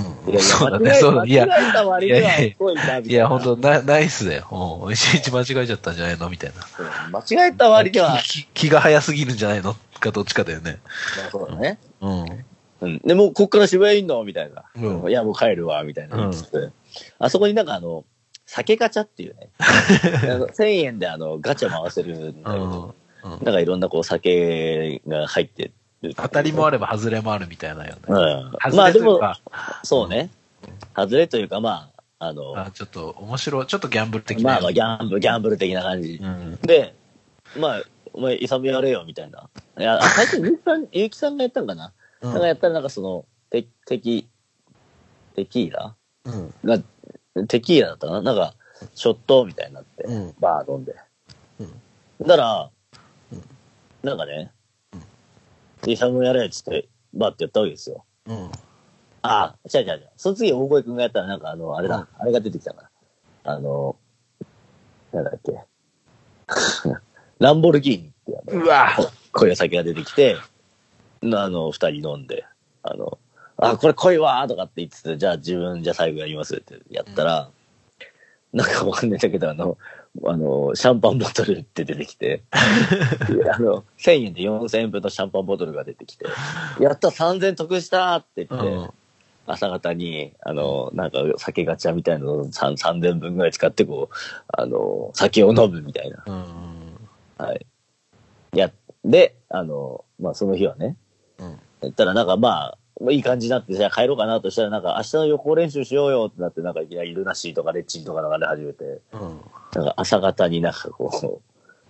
う
い
ん。
やいや
そうだ
間
ね、
違え
そうだね。いや、
間違えた割には、
いやいや
すごいな、みたいな。
いや、本当なナイスだよ。うん。いちいち間違えちゃったんじゃないのみたいな。
うん間違えた割には、まあ
気気気が早すぎるんじゃないのかどっちかだよね。
そうだね。
うん。
うん。で、もうこっから渋谷いんのみたいな。
うん
いや、もう帰るわ、みたいな。
うん
つってあそこになんかあの、酒ガチャっていう ね。あの1000円であの、ガチャ回せるんだけど、
うんうん
なんかいろんなこう酒が入ってる。
当たりもあ
る。
れば外れもあるみたいなよね。
うん。ま
外
あ
れと
で
いう
も、
か、
そうね。外れというか、まあ、あの、
あちょっと面白い、ちょっとギャンブル的な
まあ
やつ。
まあ、ギャンブル、ギャンブル的な感じ。
うん。
で、まあ、お前、勇みやれよ、みたいな。いや、あ最初、ゆうきさん、ゆうきさんがやったんかな、
うん
なんかやったら、なんかその、て、テキ、テキーラ
うん。
が、テキーラだったかななんか、ショットみたいになって、
うん
バー飲んで。
うん
だから、
うん
なんかね
うん、
イサムやれっつって、バーってやったわけですよ。
うん。
ああ、違う違う違う。その次、大声くんがやったら、なんかあの、あれだ、
うん
あれが出てきたから。あの、なんだっけ。 ランボルギーニってや
うわ
濃い酒が出てきて、あの、二人飲んで、あの、あ、これ濃いわーとかって言ってて、じゃあ自分じゃあ最後やりますってやったら、なんかわかんないんだけど、あの、あの、シャンパンボトルって出てきて、あの、1000円で4000円分のシャンパンボトルが出てきて、やった3000得したーって言って、
うん
朝方に、あの、なんか酒ガチャみたいなのを3 3000分ぐらい使って、こう、あの、酒を飲むみたいな。
うん。
はい。や、で、あの、まあ、その日はね、
うん。
やったらなんかまあ、いい感じになって、じゃあ帰ろうかなとしたら、なんか明日の予行練習しようよってなって、なんかいきなりルナシーとかレッチリとか流れ始めて、
うん。
なんか朝方になんかこう、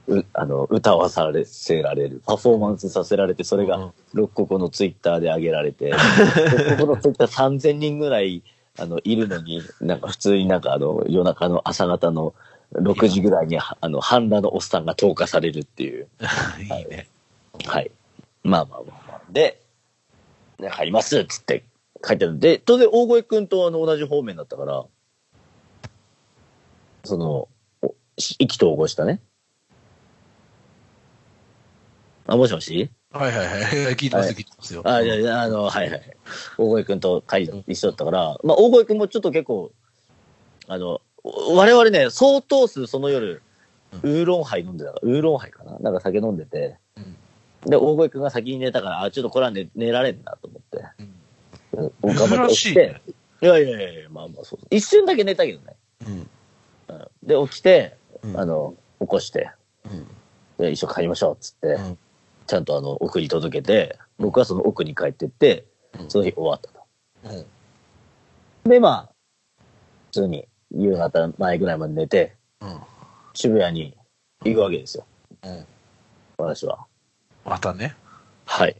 うあの、歌わされせられる、パフォーマンスさせられて、それ
う
が
ん
6個このツイッターで上げられて、6個このツイッター3000人ぐらい、あの、いるのに、なんか普通になんかあの、夜中の朝方の6時ぐらいに、あの、半裸のおっさんが投下されるって いう。
いいね。
はい。まあまあまあまあ。で、ね、入りますっつって書いてある。で、当然大越くんとあの同じ方面だったから、その、おし意気投合したね。あ、もしもし
はいはいはい。聞いてます、聞いてますよ。
あ、いやいや、あの、はいはい。大越くんと会一緒だったから、まあ大越くんもちょっと結構、あの、お我々ね、相当数その夜、ウーロンハイ飲んでたから、ウーロンハイかななんか酒飲んでて、
うん
で、大声くんが先に寝たから、あ、ちょっとこれは寝寝られんなと思って。う
うん
ん頑張って
珍
起
し
き
い
て
ね。。
いやいやいや、まあまあそうそう。一瞬だけ寝たけどね。
うん。
うんで、起きて、
うん
あの、起こして、
うん。
で一緒帰りましょうっつって、
うん
ちゃんとあの、送り届けて、僕はその奥に帰ってって、
うん
その日終わったと。
うん。
で、まあ、普通に夕方前ぐらいまで寝て、
うん。
渋谷に行くわけですよ。
うん。
私は。
またね。
はい。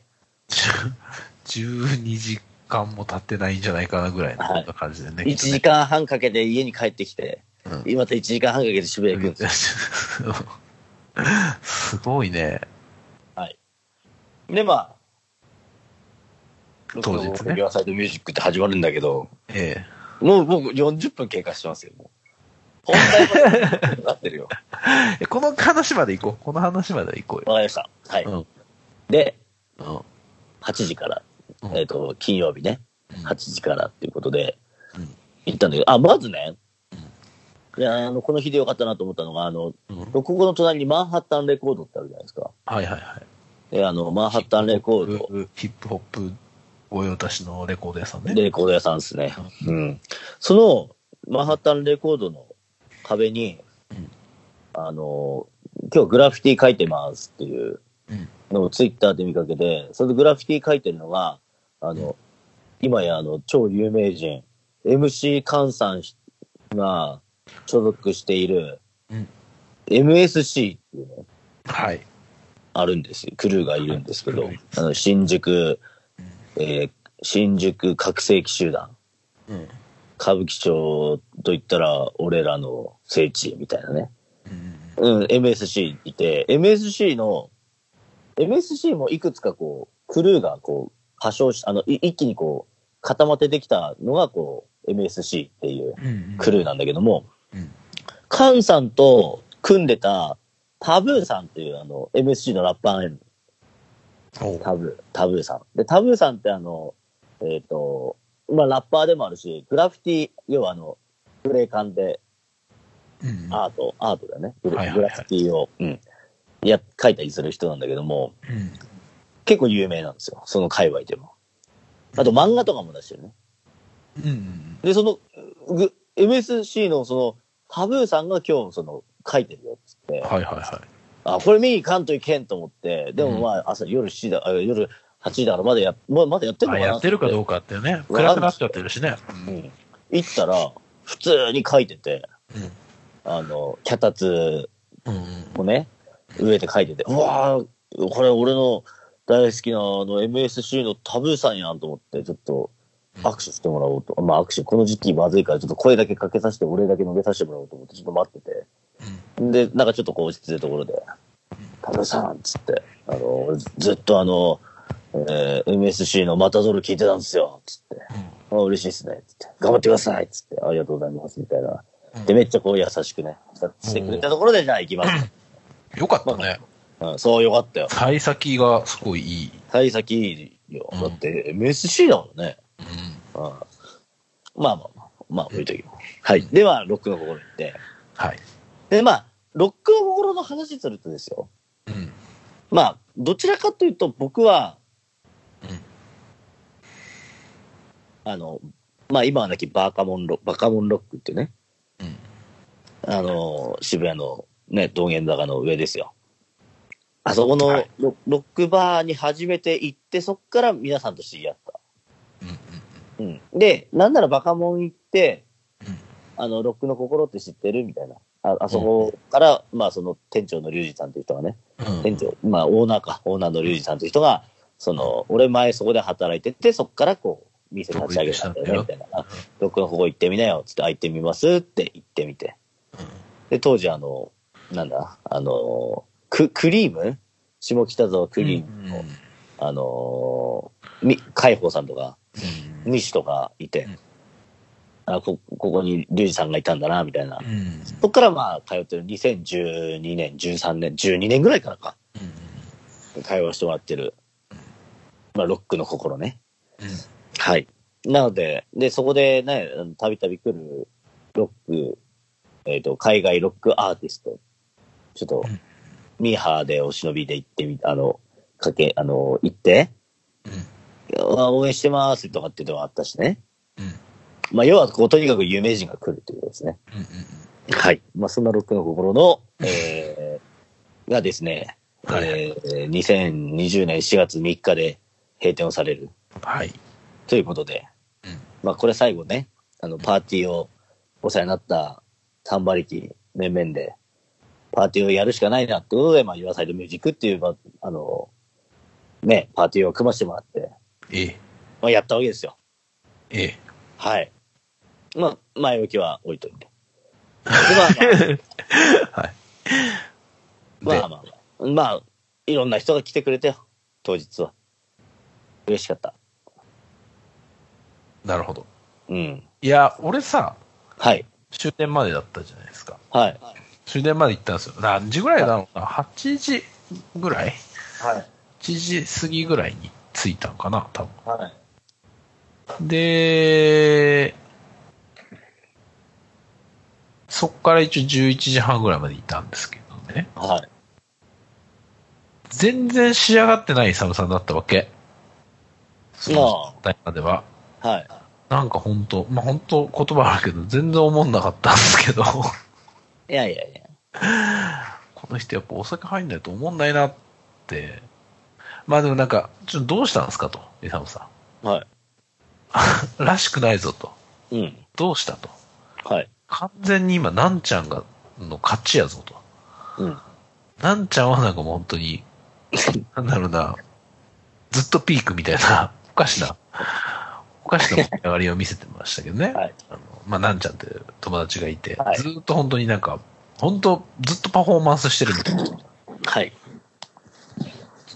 12時間も経ってないんじゃないかなぐらいの感じでね。
1時間半かけて家に帰ってきて、
うん
今また1時間半かけて渋谷行くんですよ。
すごいね。
で、まあ、
当日ね
録音両サイドミュージックって始まるんだけど、
ええ。
もう僕40分経過してますよ、もう。本 題までなってるよ。
えこの話まで行こう。この話まで行こうよ。
わかりました。はい。
うん
で、
うん。
8時から、
うん
えっ、と、金曜日ね、
うん
8時からっていうことで
うん、
行ったんだけど、あ、まずね、であのこの日でよかったなと思ったのが、あの、
うんはい
六号の隣にマンハッタンレコードってあるじゃないですか。
はいはい。
で、あの、マンハッタンレコード、
ヒップホップ御用達のレコード屋さんね。
レコード屋さんですね。うん。その、マンハッタンレコードの壁に
うん、
あの、今日グラフィティ書いてますっていう
うん
のをツイッターで見かけて、それでグラフィティ書いてるのが、あの、今やあの、超有名人、MC カンさんが所属している
うん
MSC っていうの
はい。
あるんですよ。クルーがいるんですけど
はい、
あの、新宿、えー新宿拡声器集団。
うん。うん
歌舞伎町といったら俺らの聖地みたいなね。
うん
うん、MSC いて、MSC の、MSC もいくつかこう、クルーがこう、破傷し、あの、い一気にこう、固まってできたのがこう、MSC っていう
うんうん。
クルーなんだけども、
うん
カンさんと組んでた、タブーさんっていうあの、MSC のラッパーがいるの
おう
タブー、タブーさん。で、タブーさんってあの、えっ、と、まあ、ラッパーでもあるし、グラフィティ、要はあの、スプレー缶で
うん
アート、アートだよね。グ
はいは
ラ
いはい
グラフィティを、うん。いや、書いたりする人なんだけども、
うん
結構有名なんですよ。その界隈でも。あと漫画とかも出してるね。
うんうん
で、その、ぐ MSC のその、タブーさんが今日その、書いてるよっつっ
は
て、
いはいは
あ、これ見に行かんといけんと思って、でもまあ、朝夜7時だ、あ夜8時だからまだや、ままだやって
い。
る
ま
の
あ
かな
やってるかど
う
うかってね。
わかんな
暗
い
くなっちゃってるしね。う
うん。行ったら、普通に書いてて、
うん
あの、脚立
うんうん
をね、上で書いてて、うわーこれ俺の大好きなあの MSC のタブーさんやんと思って、ちょっと握手してもらおうと。まあ握手、この時期まずいから、ちょっと声だけかけさせて、俺だけ述べさせてもらおうと思って、ちょっと待ってて。で、なんかちょっとこう落ち着いたところで、タブーさんっつって、あの、俺ずっとあの、えー MSC のマタドル聞いてたんですよ、つって。あ嬉しいっすね、つって。頑張ってください、つって。ありがとうございます、みたいな。
うん
で、めっちゃこう優しくね、してくれたところで、じゃあ行きます。
よかったね。
うん、そう、よかったよ。
幸先がすごいいい。
対策いいよ。
うん
だって、MSC だもんね。
うん
うん。まあまあまあ。まあ、置いときよう。はい。では、ロックの心に行って。
はい。
で、まあ、ロックの心の話するとですよ。
うん
まあ、どちらかというと、僕は、あの、まあ、今はなきバーカモンロバカモンロックっていうね、
うん
あの、渋谷のね、道玄坂の上ですよ。あそこの
は
ロ
い
ロックバーに初めて行って、そっから皆さんと知り合った。
うんうん
うん、で、なんならバカモン行って、
うん
あの、ロックの心って知ってるみたいな。ああそこから、まあその店長のリュウジさんという人がね、
うん
店長、まあオーナーか、オーナーのリュウジさんという人が、その、俺前そこで働いてて、そこからこう、店立ち上げたんだよね、みたいな。あロックの心行ってみなよ、つって、あ、行ってみますって言ってみて。で、当時あの、なんだ、あの、ククリーム下北沢クリームの、
うん
あの、み、海宝さんとか、西とかいて、あこここにリュウジさんがいたんだな、みたいな。
うんうん
そっからまあ、通ってる2012年、13年、12年ぐらいからか、会話してもらってる、まあ、ロックの心ね。
う
はい。なので、で、そこでね、あのたびたび来るロック、えっ、と、海外ロックアーティスト、ちょっと
うん、
ミーハーでお忍びで行ってみ、あの、かけ、あの、行って、あ応援してますとかっていうのがあったしね。
ん
まあ、要は、こう、とにかく有名人が来るっていうことですね。はい。まあ、そんなロックの 心の、えー、がですね、
はいはい
えー、2020年4月3日で閉店をされる
はい。
ということで、
うん
まあ、これ最後ね、あの、パーティーをお世話になった3馬力面々で、パーティーをやるしかないなってことで、まあ、岩サイドミュージックっていう、まあ、あの、ね、パーティーを組ませてもらって、
ええ、
まあ、やったわけですよ。
ええ。
はい。まあ、前置きは置いといて。ま
で
あまあ、まあまあ、まあ、いろんな人が来てくれたよ、当日は。嬉しかった。
なるほど。
うん。
いや、俺さ、
はい。
終電までだったじゃないですか。
はい。
終電まで行ったんですよ。何時ぐらいだろうな ?8 時ぐらい
はい。
?1 時過ぎぐらいに着いたんかな多
はい。
分。で、そっから一応11時半ぐらいまでいたんですけどね。
はい。
全然仕上がってない寒さだったわけ。その時代までは。
はい。
なんか本当まあ本当言葉あるけど、全然思んなかったんですけど、
いやいやいや。
この人やっぱお酒入んないと思んないなって。まあでもなんか、ちょっとどうしたんですかと、イサムさ
は
ん。らしくないぞと。
い。うん。
どうしたと。
はい。
完全に今、なんちゃんが、の勝ちやぞと。
うん。
なんちゃんはなんかもう本当 に、なんだろうな、ずっとピークみたいな、おかしな、おかしな盛り上がりを見せてましたけどね。
はい
あのまあ、なんちゃんっていう友達がいて、
はい
ずーっと本当になんか、本当ずっとパフォーマンスしてるみたいな、
はい。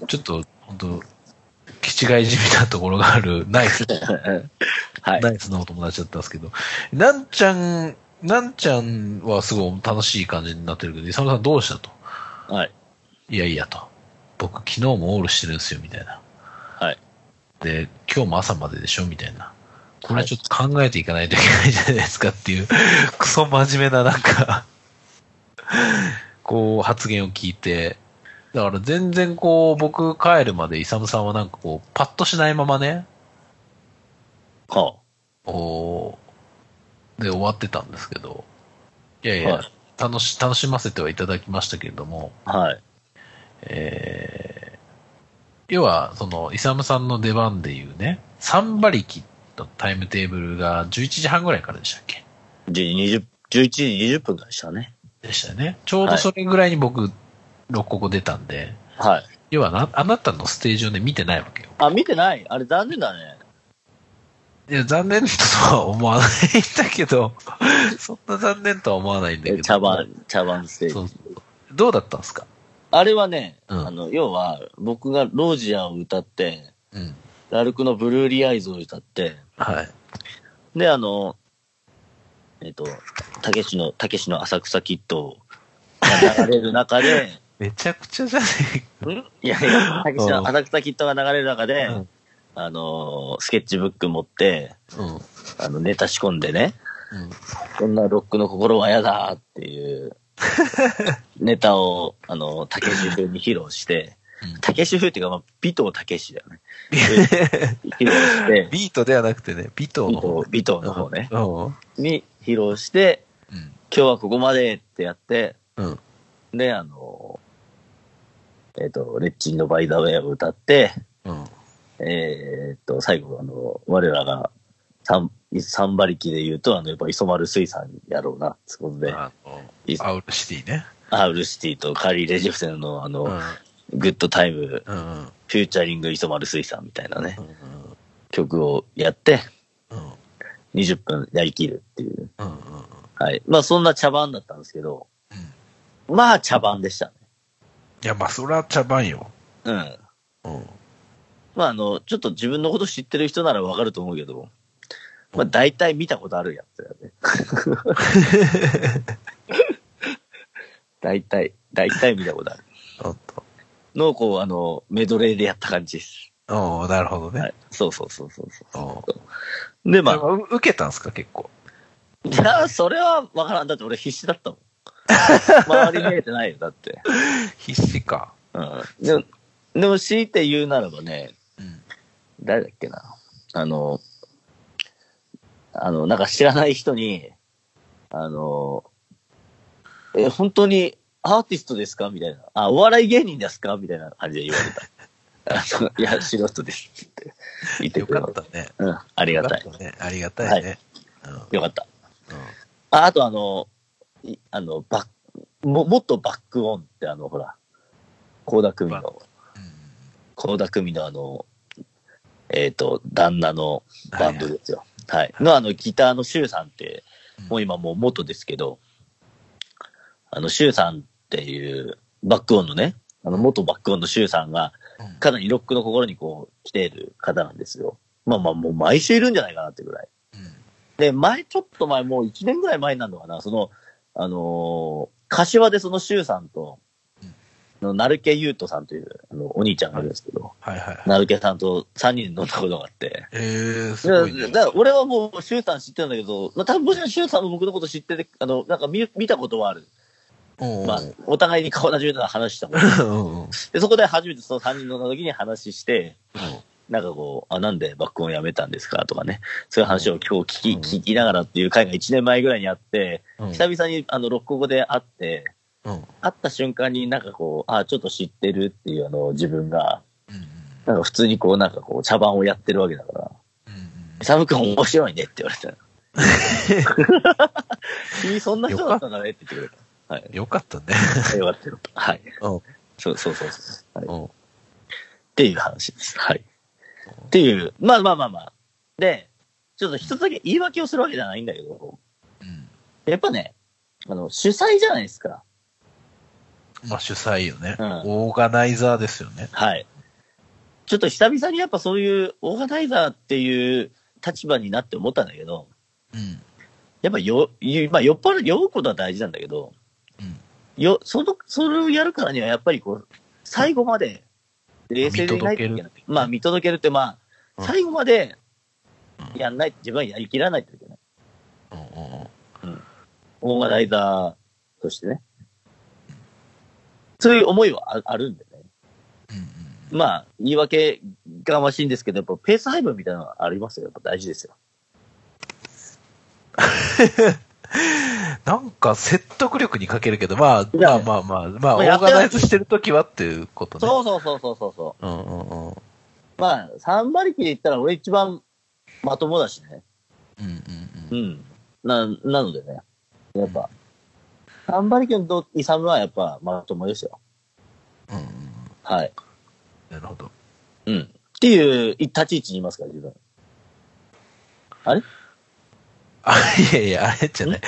ちょっと本当、気違いじみたところがあるナイス、
はい。
ナイスなお友達だったんですけど、なんちゃん、なんちゃんはすごい楽しい感じになってるけど、イサムさんどうしたと。
はい。
いやいやと。僕昨日もオールしてるんですよ、みたいな。
はい。
で、今日も朝まででしょ、みたいな。これ
は
はいちょっと考えていかないといけないじゃないですかっていう、 クソ真面目ななんか、 こう発言を聞いて、だから全然こう僕帰るまでイサムさんはなんかこうパッとしないままね、
は
こう、で終わってたんですけど、いやいや、
はい
楽し、楽しませてはいただきましたけれども、
あ。はい。
えー要は、その、イサムさんの出番でいうね、3馬力のタイムテーブルが11時半ぐらいからでしたっけ
10 20 11時20分ぐらいでしたね。
でしたよね。ちょうどそれぐらいに僕、六国出たんで、
はい。
要はな、あなたのステージをね、見てないわけよ。
あ、見てないあれ残念だね。
いや、残念とは思わないんだけど、そんな残念とは思わないんだけど。
茶番、茶番ステージ
そ。うどうだったんですか
あれはね、
うん
あの、要は、僕がロージアを歌って、
うん。
ラルクのブルーリーアイズを歌って、
はい。
で、あの、えっ、と、たけしの、たけしの浅草キットが流れる 中で、
めちゃくちゃじゃね
いやいや、たけし
うん
の浅草キットが流れる中
え
で、
か。
あの、スケッチブック持って、
うん。うん。
あの、ネタ仕込んでね、こんなロックの心は嫌だっ ていう、ネタを、あの、たけし風に披露して
うん、
たけし風っていうか、まあ、尾藤たけしだ よね。披露して、
ビートではなくてね、ビトの方
尾。藤の方ね、
う
に披露して、
ん。
今日はここまでってやって、
うん。
で、あの、えっ、と、レッチンのバイザーウェイを歌って、
うん。
えっ、と、最後、あの、我らが三、三馬力で言うと、あの、やっぱ磯丸水産やろうな、ってことで、
あの
いいっ、す
アウルシティね。
アウルシティとカーリー・レジェフセンの、あの、
うん。
グッドタイム、
うん。うん。
フューチャリング磯丸水産みたいなね
う、ん
曲をやって、
うん。
20分やりきるっていう。
うん。
はい。まあ、そんな茶番だったんですけど、まあ、茶番でしたね。
いや、まあ、それは茶番よ。
うん。
うん。
まあ、あの、ちょっと自分のこと知ってる人ならわかると思うけど、まあ、大体見たことあるやつだよね。大体、大体見たことある。
おっと。
のをこう、あの、メドレーでやった感じです。
おーなるほどね。
はい。そうそうそうそうそ
お
う。で、
ま
ま
あ、
あ、
う受けたんすか、結構。
いや、それはわからん。だって俺必死だったもん。周り見えてないよ、だって。
必死か。
うん。でも、でも強いて言うならばね、
うん。
誰だっけな。あの、あの、なんか知らない人に、あの、え、本当にアーティストですかみたいな。あ、お笑い芸人ですかみたいな感じで言わ れた。あのいや、素人ですって言って
よ
くれ
か
た
っ。たね。
うん、あり
よ
が
か
た
った
い。
ね。ありがたいね。うんうん
よかった。ああとあの、いあの、バッも、もっとバックオンってあの、ほら、高田組の、高田組のあの、えっ、と、旦那のバンドですよ。はい、の、あの、ギターのシュウさんって、
うん
もう今もう元ですけど、あの、シュウさんっていう、バックオンのね、あの、元バックオンのシュウさんが、
うん
かなりロックの心にこう、来ている方なんですよ。まあまあ、もう毎週いるんじゃないかなってぐらい。で、前、ちょっと前、もう1年ぐらい前になるのかな、その、あのー柏でその周さんと
うん、
の成毛優斗さんというあのお兄ちゃんがいるんですけど、
はいはいはい。
成毛さんと3人で飲んだことがあって、
えー、す
だ
ご
か
い、
らだ
ね。
から俺はもう周さん知ってるんだけど、まあ、多分もしかしたら周さんも僕のこと知ってて、あの、なんか見見たことはある。
うん
まあ、お互いに顔なじみた話した もん。
うんうん
で、そこで初めてその3人飲んだ時に話して、なんかこう、あ、なんでバックオンやめたんですかとかね、そういう話を今日
うん
聞き、聞きながらっていう会が1年前ぐらいにあって、
うん
久々にあの、六国語で会って、
うんうん
会った瞬間になんかこう、あ、ちょっと知ってるっていうあの、自分が、
うん
なんか普通にこう、なんかこう、茶番をやってるわけだから、
うん
サム君面白いねって言 われた。君そんな人だったんだねって言ってくれ
うんよかったね。
た。よかったよかった。はい。
うん
そうそうそうそう、はい。っ
うん
ていう話です。はい。っていう、まあまあまあまあ。で、ちょっと一つだけ言い訳をするわけじゃないんだけど、
うん
やっぱね、あの、主催じゃないですか。
まあ主催よね、
うん
オーガナイザーですよね。
はい。ちょっと久々にやっぱそういうオーガナイザーっていう立場になって思ったんだけど、
うん。
やっぱよ、ゆまあ、酔っ払う、酔うことは大事なんだけど、
うん
よ、その、それをやるからにはやっぱりこう、最後まで冷静でいないといけ
見
ない
届。
まあ、見届けるってま
う
あ、
ん
最後までやんない、自分はやりきらないといけない。
うんうんうん
オーガナイザーとしてね。そういう思いはああるんでね。
うん
まあ、言い訳がましいんですけど、やっぱペース配分みたいなのはありますよ。やっぱ大事ですよ。
なんか説得力に欠けるけど、まあ、
いや
まあまあまあ、まあ、
ま
オ
あやっ
ー
てな
ガ
い
ナイズしてるときはっていうことね。
そうそうそうそうそうそう。
うんうんうん。うん
まあ、3馬力で言ったら俺一番まともだしね。
うんう。
うんん。な、なのでね。やっぱ、3馬力のイサムはやっぱまともですよ。
うんうん。
はい。
なるほど。
うん。っていう立ち位置にいますから、自分。
あ、いやいや、あれじゃない。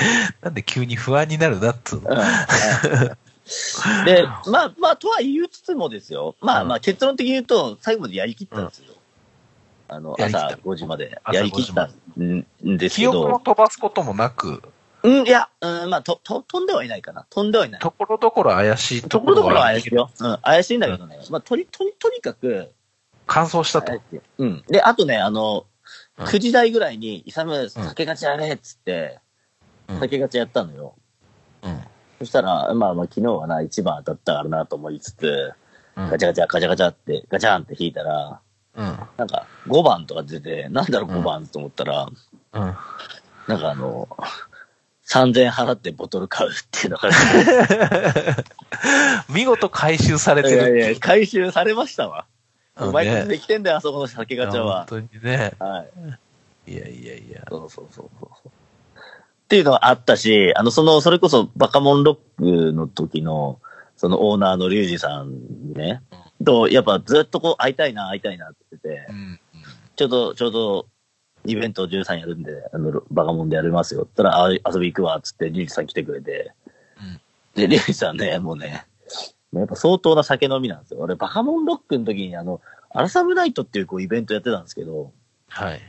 なんで急に不安になるなっつうの。
はいで、まあまあ、とは言いつつもですよ。まあ
うん
まあ、結論的に言うと、最後までやりきったんですよ。あの、
やりきった
朝5時まで
朝5時まで
やりきったんですけ
記憶を
ど、
飛ばすこともなく、
うん、いや、うん、まあ、と、と、飛んではいないかな。飛んではいない。
ところどころ怪しい
と
と
こ
こ
ろど
ろ
ころ
は
は
ある
怪しいよ。うん、怪しいんだけどね。まあ、とり、とり、とにかく、
乾燥したと
怪。しいうん。で、あとね、あの、
うん
9時台ぐらいに、イサム、酒勝ちやれっつって、
うん
酒勝ちやったのよ。
うん。
そしたら、まあまあ、昨日はな、一番当たったからなと思いつつ、
うん
ガチャガチャ、ガチャガチャって、ガチャンって引いたら、
うん。
なんか5番とか出て、なんだろう
うん
5番と思ったら、
うん。
なんかあの、3000円払ってボトル買うって いうのが、い
見事回収されてる
や
って
いうや、 回収されましたわ。
あのね
うまいことできてんだよ、あそこの酒ガチャは。
本当にね。
はい。
いやいやいや。
そうそうそうそうそう。っていうのがあったし、あの、その、それこそバカモンロックの時の、そのオーナーのリュウジさんね、と、やっぱずっとこう、会いたいな、会いたいなって言ってて、
うん。
ちょうど、ちょうど、イベント13やるんで、あの、バカモンでやりますよ。ったら、あ遊び行くわ、つって、リュウジさん来てくれて。
うん
で、リュウジさんね、もうね、やっぱ相当な酒飲みなんですよ。俺、バカモンロックの時に、あの、アラサムナイトっていうこうイベントやってたんですけど、
はい。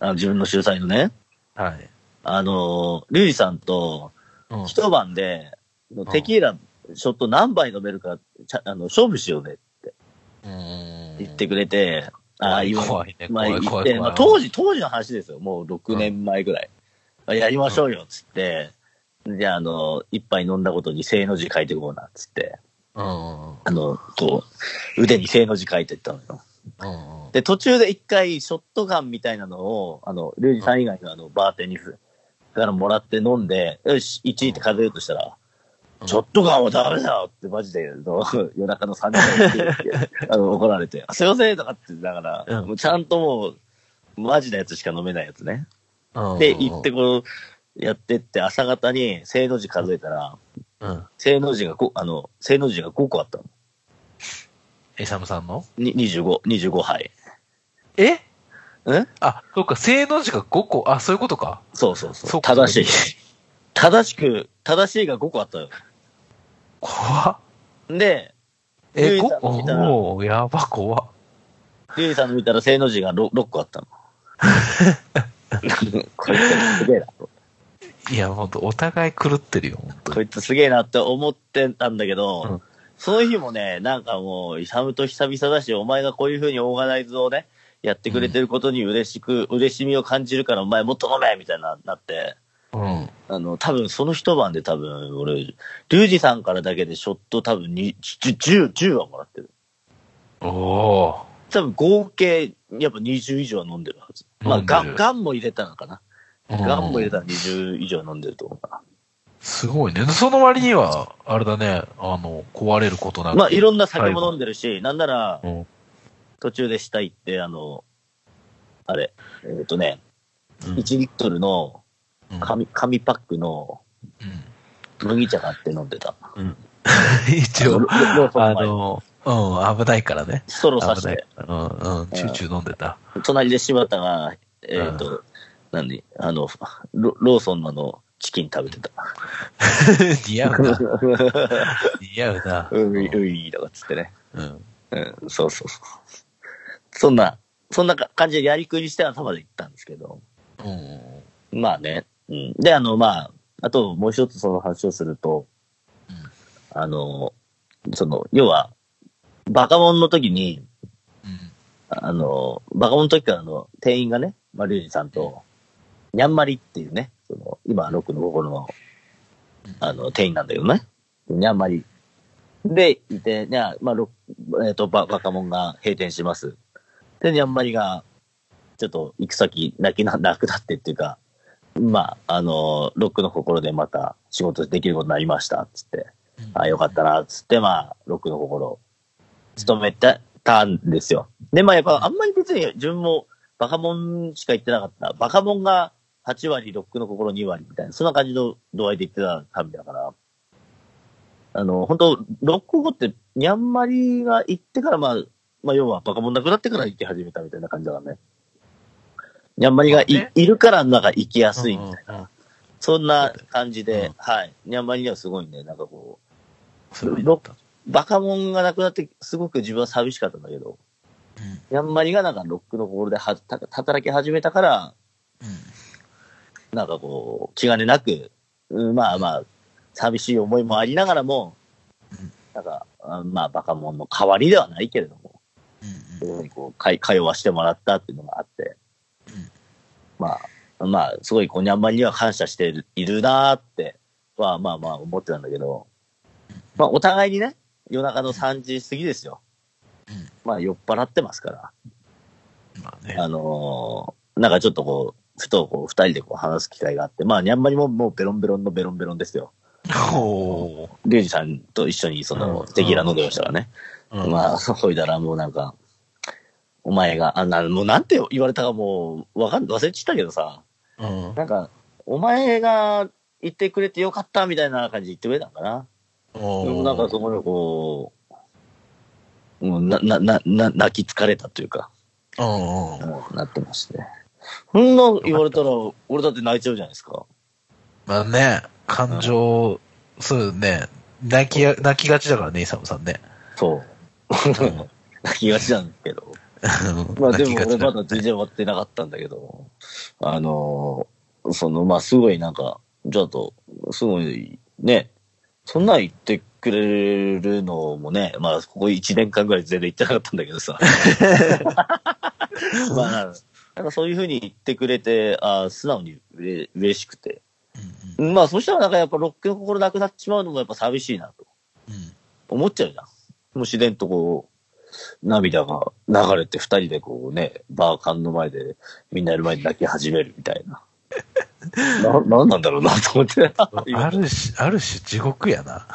あの自分の秀才のね、
はい。
あの、リュウジさんと、
うん
一晩で、
ん
テキーラ、ショット何杯飲めるか、ちゃあの勝負しようねって言ってくれて、ああ、
怖い
言わ
怖いね。
まあ
怖い
言っ
怖
て
い
ま
怖
あ、
い。
当時、当時の話ですよ。もう6年前ぐらい。やりましょうよ、つって。じゃあ、あの、一杯飲んだことに正の字書いてこうな、つって。
うんうん
あの、こう、腕に正の字書いてったのよ。
うんうん。
で、途中で一回、ショットガンみたいなのを、あの、リュウジさん以外のあの、バーテンにふ、からもらって飲んで、よし、1位って数えるとしたら、
うん
ショットガンはダメだよってマジで、あの 夜中の3時ぐらいに 言ってあの怒られて、あすいませんとかって、だから、
うん
もうちゃんともう、マジなやつしか飲めないやつね。
うん
で、行ってこう、やってって、朝方に正の字数えたら、
うん。
正の字が5、あの、正の字が5個あったの。
エサムさんの
に25、25杯。
え
ん
あ、そうか、正の字が5個。あ、そういうことか。
そうそうそう。
そうか
正しい。正しく、正しいが5個あったよ。
怖っ。
で、
え、
ゆい
こ
さんの見たら
おおやば、怖っ。
リュウジさんの見たら正の字が 6, 六個あ ったの。こいつすげえな。
いや、ほんと、お互い狂ってるよ、本当
こ
に。
いつすげえなって思ってたんだけど、
うん
その日もね、なんかもう、イサムと久々だし、お前がこういう風にオーガナイズをね、やってくれてることに嬉しく、嬉しみを感じるから、お前もっと飲めみたいな、なって、
うん。
あの、多分その一晩で多分、俺、リュウジさんからだけでショット多分に10、10はもらってる。
おお
多分合計、やっぱ20以上は飲んでるはず。まあ、
飲んでる
ガン、ガンも入れたのかな。
ー。
ガンも入れ
た。
たら20以上飲んでると思うか
すごいね。でその割には、あれだね、あの、壊れることな
な。
く。
まあ、いろんな酒も飲んでるし、なんなら、
うん。
途中で下行って、あの、あれ、えっ、とね、
うん
1リットルの
うん
紙紙パックの
うん
麦茶買って飲んでた。
一
ロ
応
ロ、ーソ
あ
ン前
の、うん、危ないからね。
ストロー刺し
危ない
て、。
うん、うん、チューチュー飲んでた。
隣で柴田が、えっ、と、何あのロ、ローソンのあのチキン食べてた。
似合うな。 似合うな。
ういういとかっつってね。
うん。
うん、そうそうそう。そんな、そんなか感じでやりくりして頭で行ったんですけど。
うん。
まあね。うん、で、あの、まあ、あともう一つその話をすると、
うん
あの、その、要は、バカモンの時に、
うん。
あの、バカモンの時からの店員がね、まあ、リュウジさんと、にゃんまりっていうね、その、今、ロックの心の
うん、
あの、店員なんだけどね。にゃんまり。で、いて、にゃ、まあ、ロえっ、と、ババカモンが閉店します。で、にゃんまりが、ちょっと、行く先、泣きな、 なくなってっていうか、まあ、あの、ロックの心でまた仕事できることになりました、つって。あ、よかったな、つって、まあ、ロックの心、勤めてたんですよ。で、まあ、やっぱ、あんまり別に自分もバカモンしか言ってなかった。バカモンが8割、ロックの心2割みたいな、そんな感じの度合いで言ってた旅だから。あの、本当ロック語って、にゃんまりが行ってから、まあ、まあ、要はバカモンなくなってから行き始めたみたいな感じだからね。にゃんまりがい,、
まあね
いるから、なんか行きやすいみたいな。
な。
そんな感じで、
うん
はい。にゃんまりにはすごいね、なんかこう、
それはいいんだった
バカモンがなくなって、すごく自分は寂しかったんだけど、やんまりがなんかロックの心ではた働き始めたから、
うん。うん
なんかこう、気兼ねなく、うんまあまあ、寂しい思いもありながらも
うん、
なんか、あまあ、バカモンの代わりではないけれども、そういうふうにこう、かい会話してもらったっていうのがあって
うん、
まあ、まあ、すごい、こう、にゃんまりには感謝しているいるなーって、まあまあまあ、思ってたんだけど、まあ、お互いにね、夜中の3時過ぎですよ。
うん
まあ、酔っ払ってますから。
まあね。
あのーなんかちょっとこう、ふとこう、二人でこう話す機会があって、まあ、にゃんまりももうベロンベロンのベロンベロンですよ。
おー
リュウジさんと一緒にその
う、ん
テキーラ飲んでましたからね。
うん
まあ、そうほいだらもうなんか、お前が、あ、な、もうなんて言われたかもう、わかん、忘れちったけどさ、
うん。
なんか、お前が言ってくれてよかったみたいな感じで言ってくれたんかな。でも
お
なんかそこでこう、もうな、な、な、な、泣き疲れたというか。
うんうん。
なってまして。そんな言われたら、俺だって泣いちゃうじゃないですか。
まあね、感情、そうね、泣きや、泣きがちだからね、イサムさんね。
そう。
ん
泣きがちなんですけど。まあで
泣き
も
が
俺
ち
ま
だ
だ全然終わってなかったんだけど、あのーその、まあすごいなんか、ちょっと、すごい、ね、そんなん言ってくれるのもね、まあここ1年間ぐらい全然言ってなかったんだけど さ。まあ、なんかそういうふうに言ってくれて、あー素直にうれ嬉しくて。
うん
まあ、そしたらなんかやっぱロックの心なくなってしまうのもやっぱ寂しいなと
うん
思っちゃうじゃん。もう自然とこう、涙が流れて二人でこうね、バーカンの前でみんなやる前に泣き始めるみた いな。な、なんなんだろうなと思って。
うん。 あるし、あるし、地獄やな。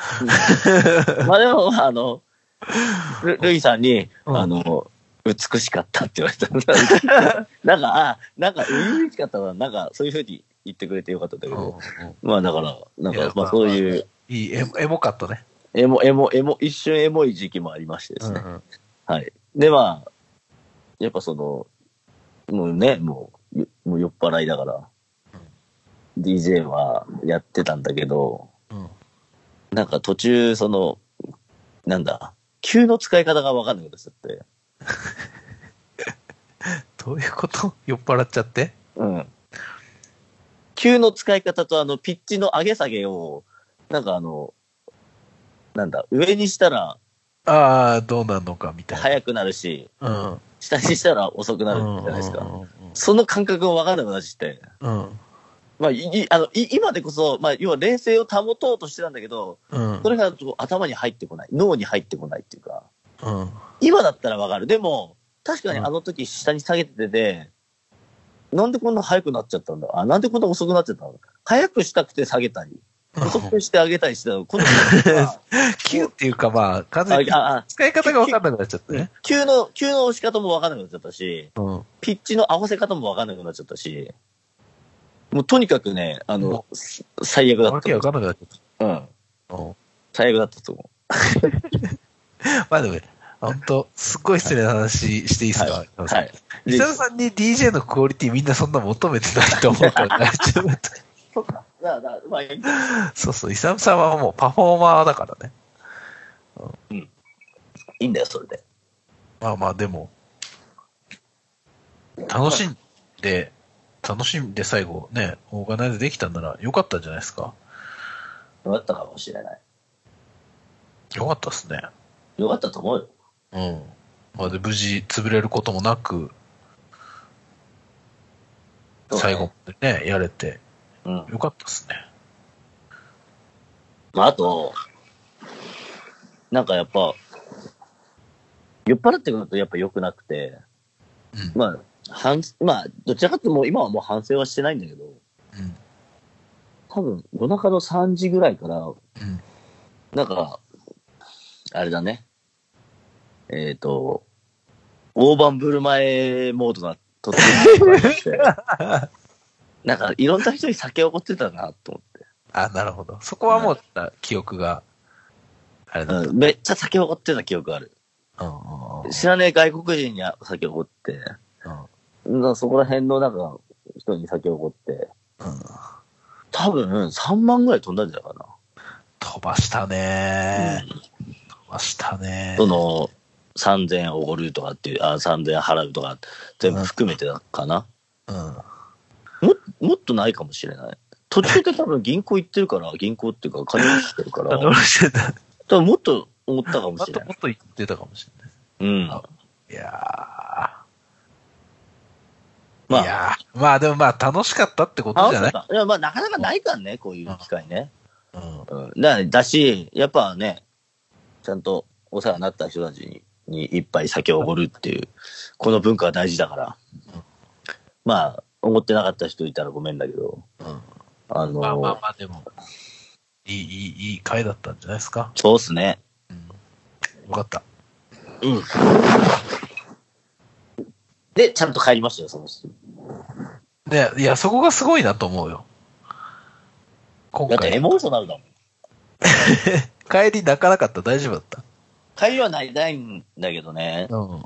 まあでも、まああの、ルルイさんに、
うん
あの、美しかったって言われた。 なんか、あ、なんか、美しかったな。なんか、そういうふうに言ってくれてよかったんだけど。まあだから、なん
い
か
や、
まあそういう、
いい、エモエモかったね。
エモ、エモ、エモ、一瞬エモい時期もありましてですね。
うんうん
はい。で、まあ、やっぱその、もうね、もう、よもう酔っ払いだから、DJ はやってたんだけど、
うん
なんか途中、その、なんだ、急の使い方がわかんないことしちゃって。
どういうこと 酔っ払っちゃって
うん。急の使い方とあの、ピッチの上げ下げを、なんかあの、なんだ、上にしたら
ああ、どうなのかみたいな。
速くなるし、
うん。
下にしたら遅くなるじゃないですか。その感覚がわかんなくなっちゃって。
うん。うん。
まあ、いいあのい今でこそ、まあ、要は冷静を保とうとしてたんだけど、
うん。うん
それがこう頭に入ってこない、脳に入ってこないっていうか、
うん。
今だったらわかる。でも、確かに
うん
あの時下に下げてて、なんでこんな早くなっちゃったんだあ、なんでこんな遅くなっちゃったの早くしたくて下げたり、遅 くしてあげたりしてたの。この
急っていうかまあ、完全 に
あああ
使い方が分かんなくなっちゃったね。
急の、急の押し方もわかんなくなっちゃったし、
うん。
ピッチの合わせ方もわかんなくなっちゃったし、もうとにかくね、あの
も、
最悪だ
わ
っ
け
た
分。かんなくなっちゃっ
うん。
た。うん。
最悪だったと思う。
まあでも、本当すっごい失礼な話していいですか、
は。い。
伊沢さんに DJ のクオリティみんなそんな求めてないと思うから大丈夫だ
そっか。だだまあ、いい
そうそう、イサムさんはもうパフォーマーだからね。
いいんだよ、それで。
まあまあでも、楽しんで、楽しんで最後ね、オーガナイズできたんなら良かったんじゃないですか
よかったかもしれない。
良かったですね。
よかったと思うよ。
うん。まあで、無事潰れることもなく、
そうね
最後までね、やれて、
うん。
良かったですね。
まあ、あと、なんかやっぱ、酔っ払ってくるとやっぱ良くなくて、
うん。
まあ、反、まあ、どちらかというともう今はもう反省はしてないんだけど、
うん。
多分夜中の3時ぐらいから、
うん。
なんか、あれだね。えっ、と、大盤振る舞いモードな、とってもらって なんかいろんな人に酒を奢ってたなと思って。
あ、なるほど。そこはもう、記憶が、あれだった。
うん、めっちゃ酒を奢ってた記憶がある。
うんうんうん
知らねえ外国人に酒を奢って、
うん
なそこら辺のなんか人に酒を奢って、
うん
多分3万ぐらい飛んだんじゃないか
飛ばしたね
な。
ー飛ばしたね
その、3000円おごるとかっていう、あ、3000円払うとか、全部含めてだかな。
うん。
もっとないかもしれない。途中で多分銀行行ってるから、銀行っていうか、金持して るから、
乗
多
らしてた。
分もっと思ったかも
もっ
しれ
と
な
も
い。
っと言ってたかもしれない。
うん。
いやー。
ま
い
あ、
やーまあでもまあ楽しかったってこと
楽
じ
し
ゃ
か
な
っ
い
た。いや、まあ、なかなかないからね、こういう機会ね。
うん。
うん。だからだし、やっぱね、ちゃんとお世話になった人たちに、に一杯酒をおごるっていう、この文化は大事だから
うん。
まあ、思ってなかった人いたらごめんだけど、
うん
あのー
まあまあまあでも、いい、いい、いい回だったんじゃないですか。
そうっすね。
うん。よかった。
うん。で、ちゃんと帰りましたよ、その人。
で、いや、そこがすごいなと思うよ。今
だってエ
回、
モーショナルだもん。
帰り泣かなかった大丈夫だった
帰りはないないんだけどね。
うん。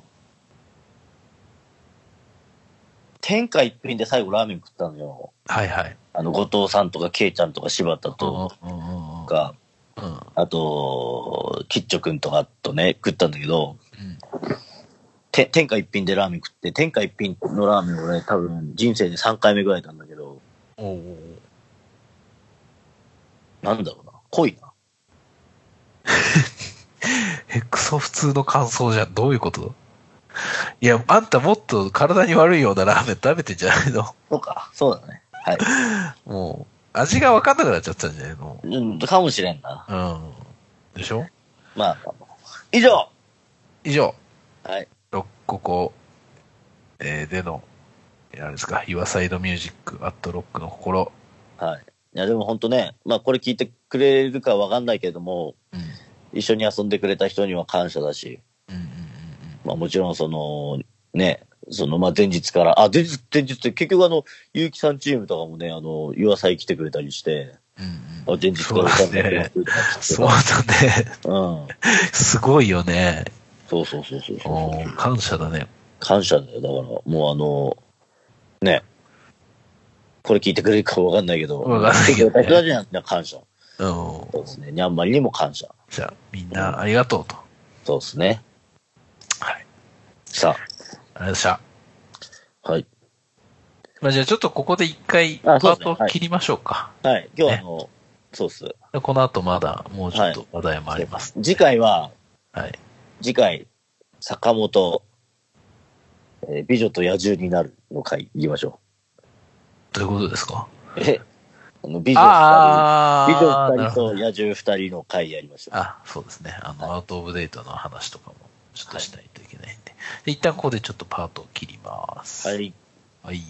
天下一品で最後ラーメン食ったのよ。
はいはい。
あの、後藤さんとか、ケイちゃんとか、柴田と
うんうんうんうん
か、
うん
あと、キッチョくんとかとね、食ったんだけど、
うん
て天下一品でラーメン食って、天下一品のラーメンをね、多分人生で3回目ぐらいなんだけど、
おうおうおう
なんだろうな、濃いな。
え、クソ普通の感想じゃん。どういうこといや、あんたもっと体に悪いようなラーメン食べてんじゃないの
そうか、そうだね。はい。
もう、味が分かんなくなっちゃったんじゃないの
うん、かもしれんな。
うん。でしょ
まあ、以上
以上、
はい。
六ここ、えーでの、えーあれですか、Your Side Music at Rock の心。
はい。いや、でも本当ね、まあこれ聞いてくれるかわかんないけれども、
うん。うん
一緒に遊んでくれた人には感謝だし、
うんうん
まあもちろんその、ね、その、まあ前日から、あ、前日、前日って結局あの、結城さんチームとかもね、あの、岩祭来てくれたりして、
うん。う
あ
んうん
前日から歌ってくれたりして
そうだね。
うん。
すごいよね。
そうそうそうそう
お
そう。
ー感謝だね。
感謝だよ。だから、もうあの、ね、これ聞いてくれるかわかんないけど、
わかんないけどね
聞いてくれた人たちには感謝。
うん。
そうですね。にゃんまりにも感謝。
じゃあ、みんなありがとうと。
そうですね。
はい。
さ
ありがとうございました。
あ、はい。
まあ、じゃあちょっとここで一回、パ
あそうですね
ートを切りましょうか。
はい。今日は
ね
あの、そうっす。
この後まだ、もうちょっと話題もあります。
次回は、
はい。
次回、坂本、えー美女と野獣になるの回言いましょ
どういうことですか
う。えあの美女二
あ
人、美
あー、な
女二
る
人
ほど
と野獣二人の回やりましょう。
あ、そうですね。あの、アウトオブデートの話とかも、ちょっとしないといけないんで。で一旦ここでちょっとパートを切ります。
は。い。
はい